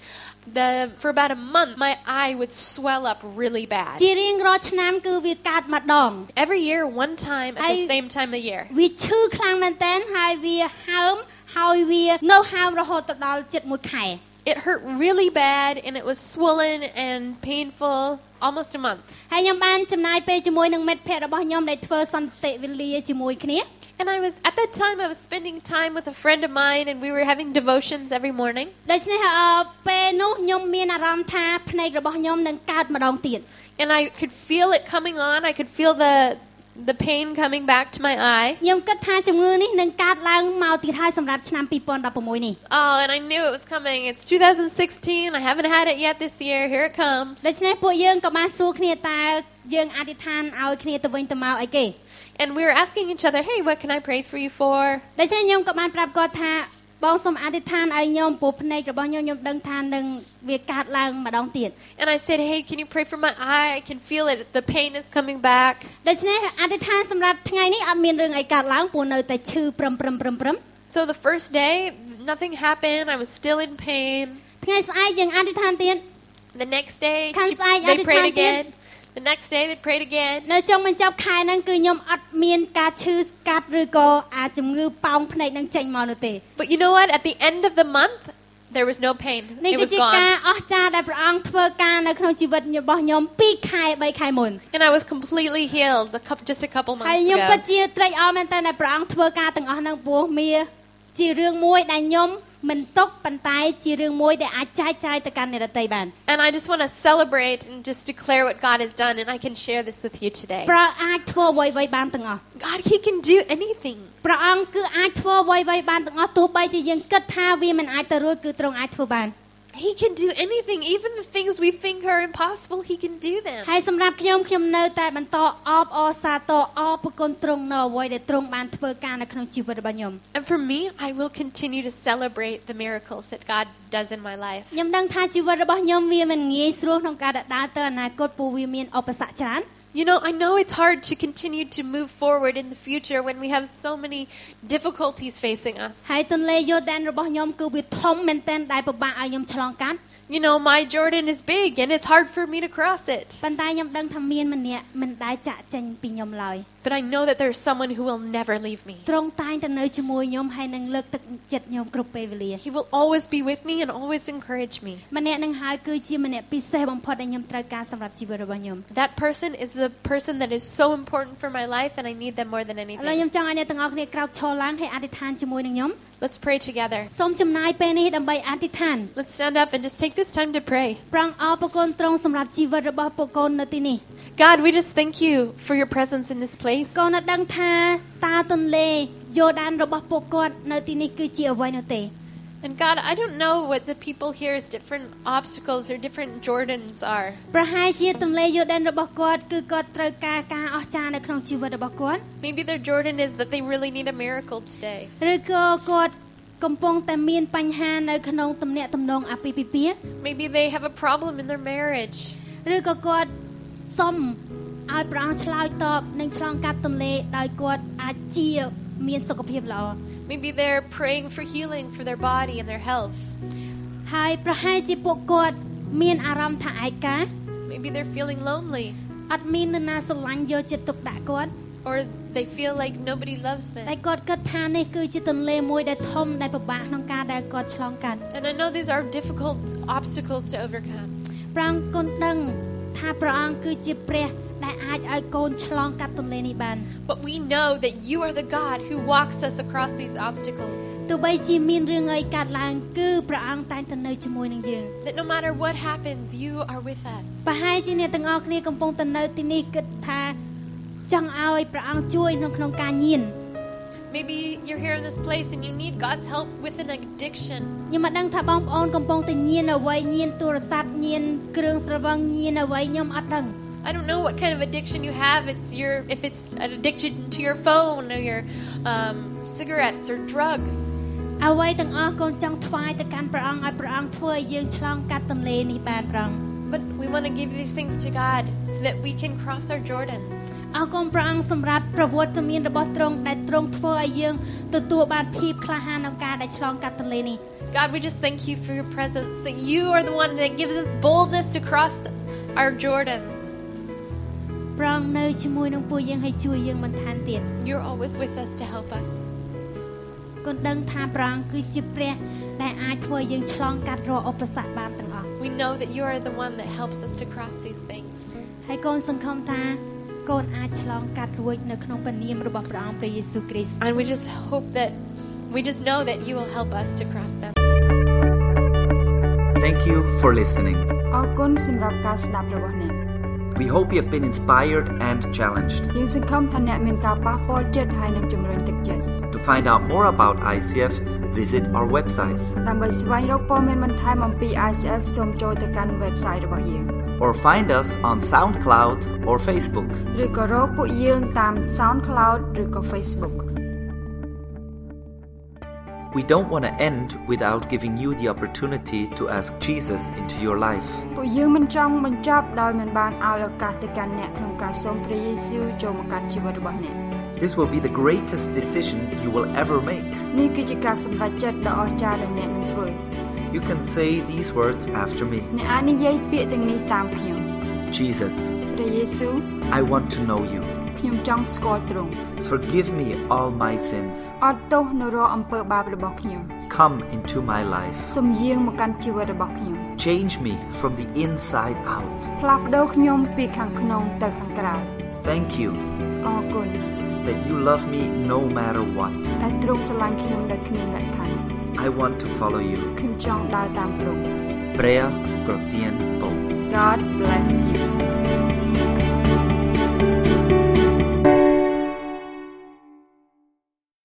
S2: the, for about a month, my eye would swell up really bad.
S1: ជារៀងរាល់ឆ្នាំគឺវាកើតម្ដង
S2: Every year, one time at
S1: I-
S2: the same time of year.
S1: វាឈឺខ្លាំងមែនតើហើយវាហើមហើយវានៅហើមរហូតទៅដល់ជិតមួយខែ
S2: It hurt really bad and it was swollen and painful almost a month.
S1: ហើយខ្ញុំបានចំណាយពេលជាមួយនឹងមិត្តភ័ក្តិរបស់ខ្ញុំដែលធ្វើសន្តិវេលាជាមួយគ្នា
S2: And I was at that time I was spending time with a friend of mine and we were having devotions every morning.
S1: ដូច្នេះអឺពេលនោះខ្ញុំមានអារម្មណ៍ថាភ្នែករបស់ខ្ញុំនឹងកើតម្ដងទៀត
S2: And I could feel it coming on. I could feel the the pain coming back to my eye.
S1: ខ្ញុំគិតថាជំងឺនេះនឹងកើតឡើងមកទៀតហើយសម្រាប់ឆ្នាំ2016នេះ
S2: Oh, and I knew it was coming. It's 2016. I haven't had it yet this year. Here it comes.
S1: ដូច្នេះពួកយើងក៏បានសួរគ្នាតើយើងអធិដ្ឋានឲ្យគ្នាទៅវិញទៅមកអីគេ
S2: And we were asking each other, "Hey, what can I pray for you for?"
S1: ដូច្នេះខ្ញុំក៏បានប្រាប់គាត់ថាបងសូមអធិដ្ឋានឲ្យខ្ញុំព្រោះភ្នែករបស់ខ្ញុំខ្ញុំដឹងថានឹងវាកើតឡើងម្ដងទៀត
S2: And I said, "Hey, can you pray for my eye? I can feel it. The pain is coming back."
S1: ដូច្នេះអធិដ្ឋានសម្រាប់ថ្ងៃនេះអត់មានរឿងអីកើតឡើងព្រោះនៅតែឈឺព្រឹមព្រឹមព្រឹមព្រឹម
S2: So the first day, nothing happened. I was still in pain.
S1: ថ្ងៃស្អែកយើងអធិដ្ឋានទៀត
S2: The next day,
S1: Can
S2: she-
S1: I- I
S2: they
S1: did
S2: prayed
S1: something.
S2: again. The next day, they prayed again.
S1: នៅចុងបញ្ចប់ខែហ្នឹងគឺខ្ញុំអត់មានការឈឺស្កាត់ឬក៏អាជំងឺប៉ោងភ្នែកហ្នឹងចេញមកនោះទេ
S2: But you know what? At the end of the month, there was no pain.
S1: នេះ
S2: It
S1: គឺ
S2: was
S1: ជាការ
S2: gone.
S1: អស្ចារ្យដែលព្រះអង្គធ្វើការនៅក្នុងជីវិតរបស់ខ្ញុំ2ខែ3ខែមុន
S2: And I was completely healed a couple, just a couple
S1: ហើយ
S2: months
S1: ខ្ញុំពិត
S2: ago.
S1: ជាត្រេកអរមែនតើដែលព្រះអង្គធ្វើការទាំងអស់ហ្នឹងពោះមាជារឿងមួយដែលខ្ញុំមិនຕົកប៉ុន្តែជារឿងមួយដែលអាចចែកចាយទៅកាន់អ្នកដទៃបាន
S2: And I just want to celebrate and just declare what God has done. And I can share this with you today.
S1: ព្រះអាចធ្វើអ្វីៗបានទាំងអស់
S2: God, He can do anything.
S1: ព្រះអង្គគឺអាចធ្វើអ្វីៗបានទាំងអស់ទោះបីជាយើងគិតថាវាមិនអាចទៅរួចគឺទ្រង់អាចធ្វើបាន
S2: He can do anything, even the things we think are impossible. He can do them.
S1: ហើយសម្រាប់ខ្ញុំខ្ញុំនៅតែបន្តអបអរសាទរអរព្រគុណទ្រង់នៅអ្វីដែលទ្រង់បានធ្វើការនៅក្នុងជីវិតរបស់ខ្ញុំ
S2: And for me, I will continue to celebrate the miracles that God does in my life.
S1: ខ្ញុំដឹងថាជីវិតរបស់ខ្ញុំវាមិនងាយស្រួលក្នុងការដើរទៅអនាគតព្រោះវាមានឧបសគ្គច្រើន
S2: You know, I know it's hard to continue to move forward in the future when we have so many difficulties facing us.
S1: ហើយទន្លេយូដែនរបស់ខ្ញុំគឺវាធំមែនទែនដែលពិបាកឲ្យខ្ញុំឆ្លងកាត់
S2: You know, my Jordan is big and it's hard for me to cross it.
S1: ប៉ុន្តែខ្ញុំដឹងថាមានម្នាក់មិនដែលចាក់ចេញពីខ្ញុំឡើយ
S2: But I know that there's someone who will never leave me.
S1: ទ្រង់តែងតែនៅជាមួយខ្ញុំហើយនឹងលើកទឹកចិត្តខ្ញុំគ្រប់ពេលវេលា
S2: He will always be with me and always encourage me.
S1: ម្នាក់នឹងហើយគឺជាម្នាក់ពិសេសបំផុតដែលខ្ញុំត្រូវការសម្រាប់ជីវិតរបស់ខ្ញុំ
S2: That person is the person that is so important for my life, and I need them more than
S1: ឥឡូវខ្ញុំច
S2: anything.
S1: ង់ឲ្យអ្នកទាំងអស់គ្នាក្រោកឈរឡើងហើយអធិដ្ឋានជាមួយនឹងខ្ញុំ
S2: Let's pray together.
S1: សូមចំណាយពេលនេះដើម្បីអធិដ្ឋាន
S2: Let's stand up and just take this time to pray.
S1: ប្រងអរព្រគុណទ្រង់សម្រាប់ជីវិតរបស់ពួកកូននៅទីនេះ
S2: God, we just thank you for your presence in this place.
S1: កូនអត់ដឹងថាតាទន្លេយូដានរបស់ពួកគាត់នៅទីនេះគឺជាអ្វីនោះទេ
S2: And God, I don't know what the people here's different obstacles or different Jordans are.
S1: ប្រហែលជាទន្លេយូដានរបស់គាត់គឺគាត់ត្រូវការការអស្ចារ្យនៅក្នុងជីវិតរបស់គាត់
S2: Maybe their Jordan is that they really need a miracle today.
S1: ឬក៏គាត់កំពុងតែមានបញ្ហានៅក្នុងទំនាក់ទំនងអាពាហ៍ពិពាហ៍
S2: Maybe they have a problem in their marriage.
S1: ឬក៏គាត់សុំឲ្យព្រះអង្គឆ្លើយតបនិងឆ្លងកាត់ទន្លេដោយគាត់អាចជាមានសុខភាពល្អ
S2: Maybe they're praying for healing for their body and their health.
S1: ហើយប្រហែលជាពួកគាត់មានអារម្មណ៍ថាឯកា
S2: Maybe they're feeling lonely
S1: អត់មាននរណាស្រឡាញ់យកចិត្តទុកដាក់គាត់
S2: or they feel like nobody loves them.
S1: តែគាត់គិតថានេះគឺជាទន្លេមួយដែលធំដែលពិបាកក្នុងការដែលគាត់ឆ្លងកាត់
S2: And I know these are difficult obstacles to overcome.
S1: ព្រះអង្គគន់ដឹងថាព្រះអង្គគឺជាព្រះដែលអាចឲ្យកូនឆ្លងកាត់ទន្លេនេះបាន
S2: But we know that you are the God who walks us across these obstacles.
S1: ទោះបីជាមានរឿងអីកើតឡើងគឺព្រះអង្គតែងតែនៅជាមួយនឹងយើង
S2: That no matter what happens, you are with us.
S1: ប្រហែលជាអ្នកទាំងអស់គ្នាកំពុងតែនៅទីនេះគិតថាចង់ឲ្យព្រះអង្គជួយនៅក្នុងការញៀន
S2: Maybe you're here in this place and you need God's help with an addiction.
S1: ខ្ញុំមិនដឹងថាបងប្អូនកំពុងតែញៀនអ្វីញៀនទូរស័ព្ទញៀនគ្រឿងស្រវឹងញៀនអ្វីខ្ញុំអត់ដឹង
S2: I don't know what kind of addiction you have. It's your if it's an addiction to your phone or your um, cigarettes or drugs.
S1: អ្វីទាំងអស់កូនចង់ថ្វាយទៅកាន់ព្រះអង្គឲ្យព្រះអង្គធ្វើឲ្យយើងឆ្លងកាត់ទន្លេនេះបានព្រះអង្គ
S2: But we want to give these things to God so that we can cross our Jordans.
S1: អរគុណព្រះអង្គសម្រាប់ប្រវត្តិមានរបស់ទ្រង់ដែលទ្រង់ធ្វើឲ្យយើងទទួលបានភាពក្លាហានក្នុងការដែលឆ្លងកាត់ទន្លេនេះ
S2: God, we just thank you for your presence, that you are the one that gives us boldness to cross our Jordans.
S1: ព្រះអង្គនៅជាមួយនឹងពួកយើងហើយជួយយើងបន្ថែមទៀត
S2: You're always with us to help us.
S1: គន់ដឹងថាព្រះអង្គគឺជាព្រះដែលអាចធ្វើឲ្យយើងឆ្លងកាត់រាល់ឧបសគ្គបានទាំងអស់
S2: We know that you are the one that helps us to cross these things.
S1: ហើយកូនសង្ឃឹមថាកូនអាចឆ្លងកាត់រួចនៅក្នុងព្រះនាមរបស់ព្រះអង្គព្រះយេស៊ូវគ្រីស្ទ
S2: And we just hope that, we just know that you will help us to cross them.
S3: Thank you for listening.
S4: អរគុណសម្រាប់ការស្ដាប់របស់អ្នក
S3: We hope you have been inspired and challenged.
S4: យើងសង្ឃឹមថាអ្នកមានការប៉ះពាល់ចិត្តហើយនឹងជំរុញទឹកចិត្ត
S3: To find out more about ICF, visit our website
S4: ដើម្បីស្វែងរកព័ត៌មានបន្ថែមអំពី ICF សូមចូលទៅកាន់ website របស់យើង
S3: or find us on SoundCloud or Facebook.
S4: ឬក៏រកពួកយើងតាម SoundCloud ឬក៏ Facebook
S3: We don't want to end without giving you the opportunity to ask Jesus into your life.
S4: ពួកយើងមិនចង់បញ្ចប់ដោយមិនបានឲ្យឱកាសទៅកាន់អ្នកក្នុងការសូមព្រះយេស៊ូវចូលមកកាន់ជីវិតរបស់អ្នក
S3: This will be the greatest decision you will ever make.
S4: នេះគឺជាការសម្រេចចិត្តដ៏អស្ចារ្យដែលអ្នកនឹងធ្វើ
S3: You can say these words after me
S4: អ្នកអាចនិយាយពាក្យទាំងនេះតាមខ្ញុំ
S3: Jesus,
S4: ព្រះយេស៊ូវ
S3: I want to know you.
S4: ខ្ញុំចង់ស្គាល់ទ្រង់
S3: Forgive me all my sins.
S4: អត់ទោសនៅរាល់អំពើបាបរបស់ខ្ញុំ
S3: Come into my life.
S4: សូមយាងមកកាន់ជីវិតរបស់ខ្ញុំ
S3: Change me from the inside out.
S4: ផ្លាស់ប្ដូរខ្ញុំពីខាងក្នុងទៅខាងក្រៅ
S3: Thank you
S4: អរគុណ
S3: that you love me no matter what.
S4: ដែលទ្រង់ស្រឡាញ់ខ្ញុំដោយគ្មានលក្ខខណ្ឌ
S3: I want to follow you.
S4: ខ្ញុំចង់ដើរតាមទ្រង់
S3: Prea pro tiempo.
S4: God bless you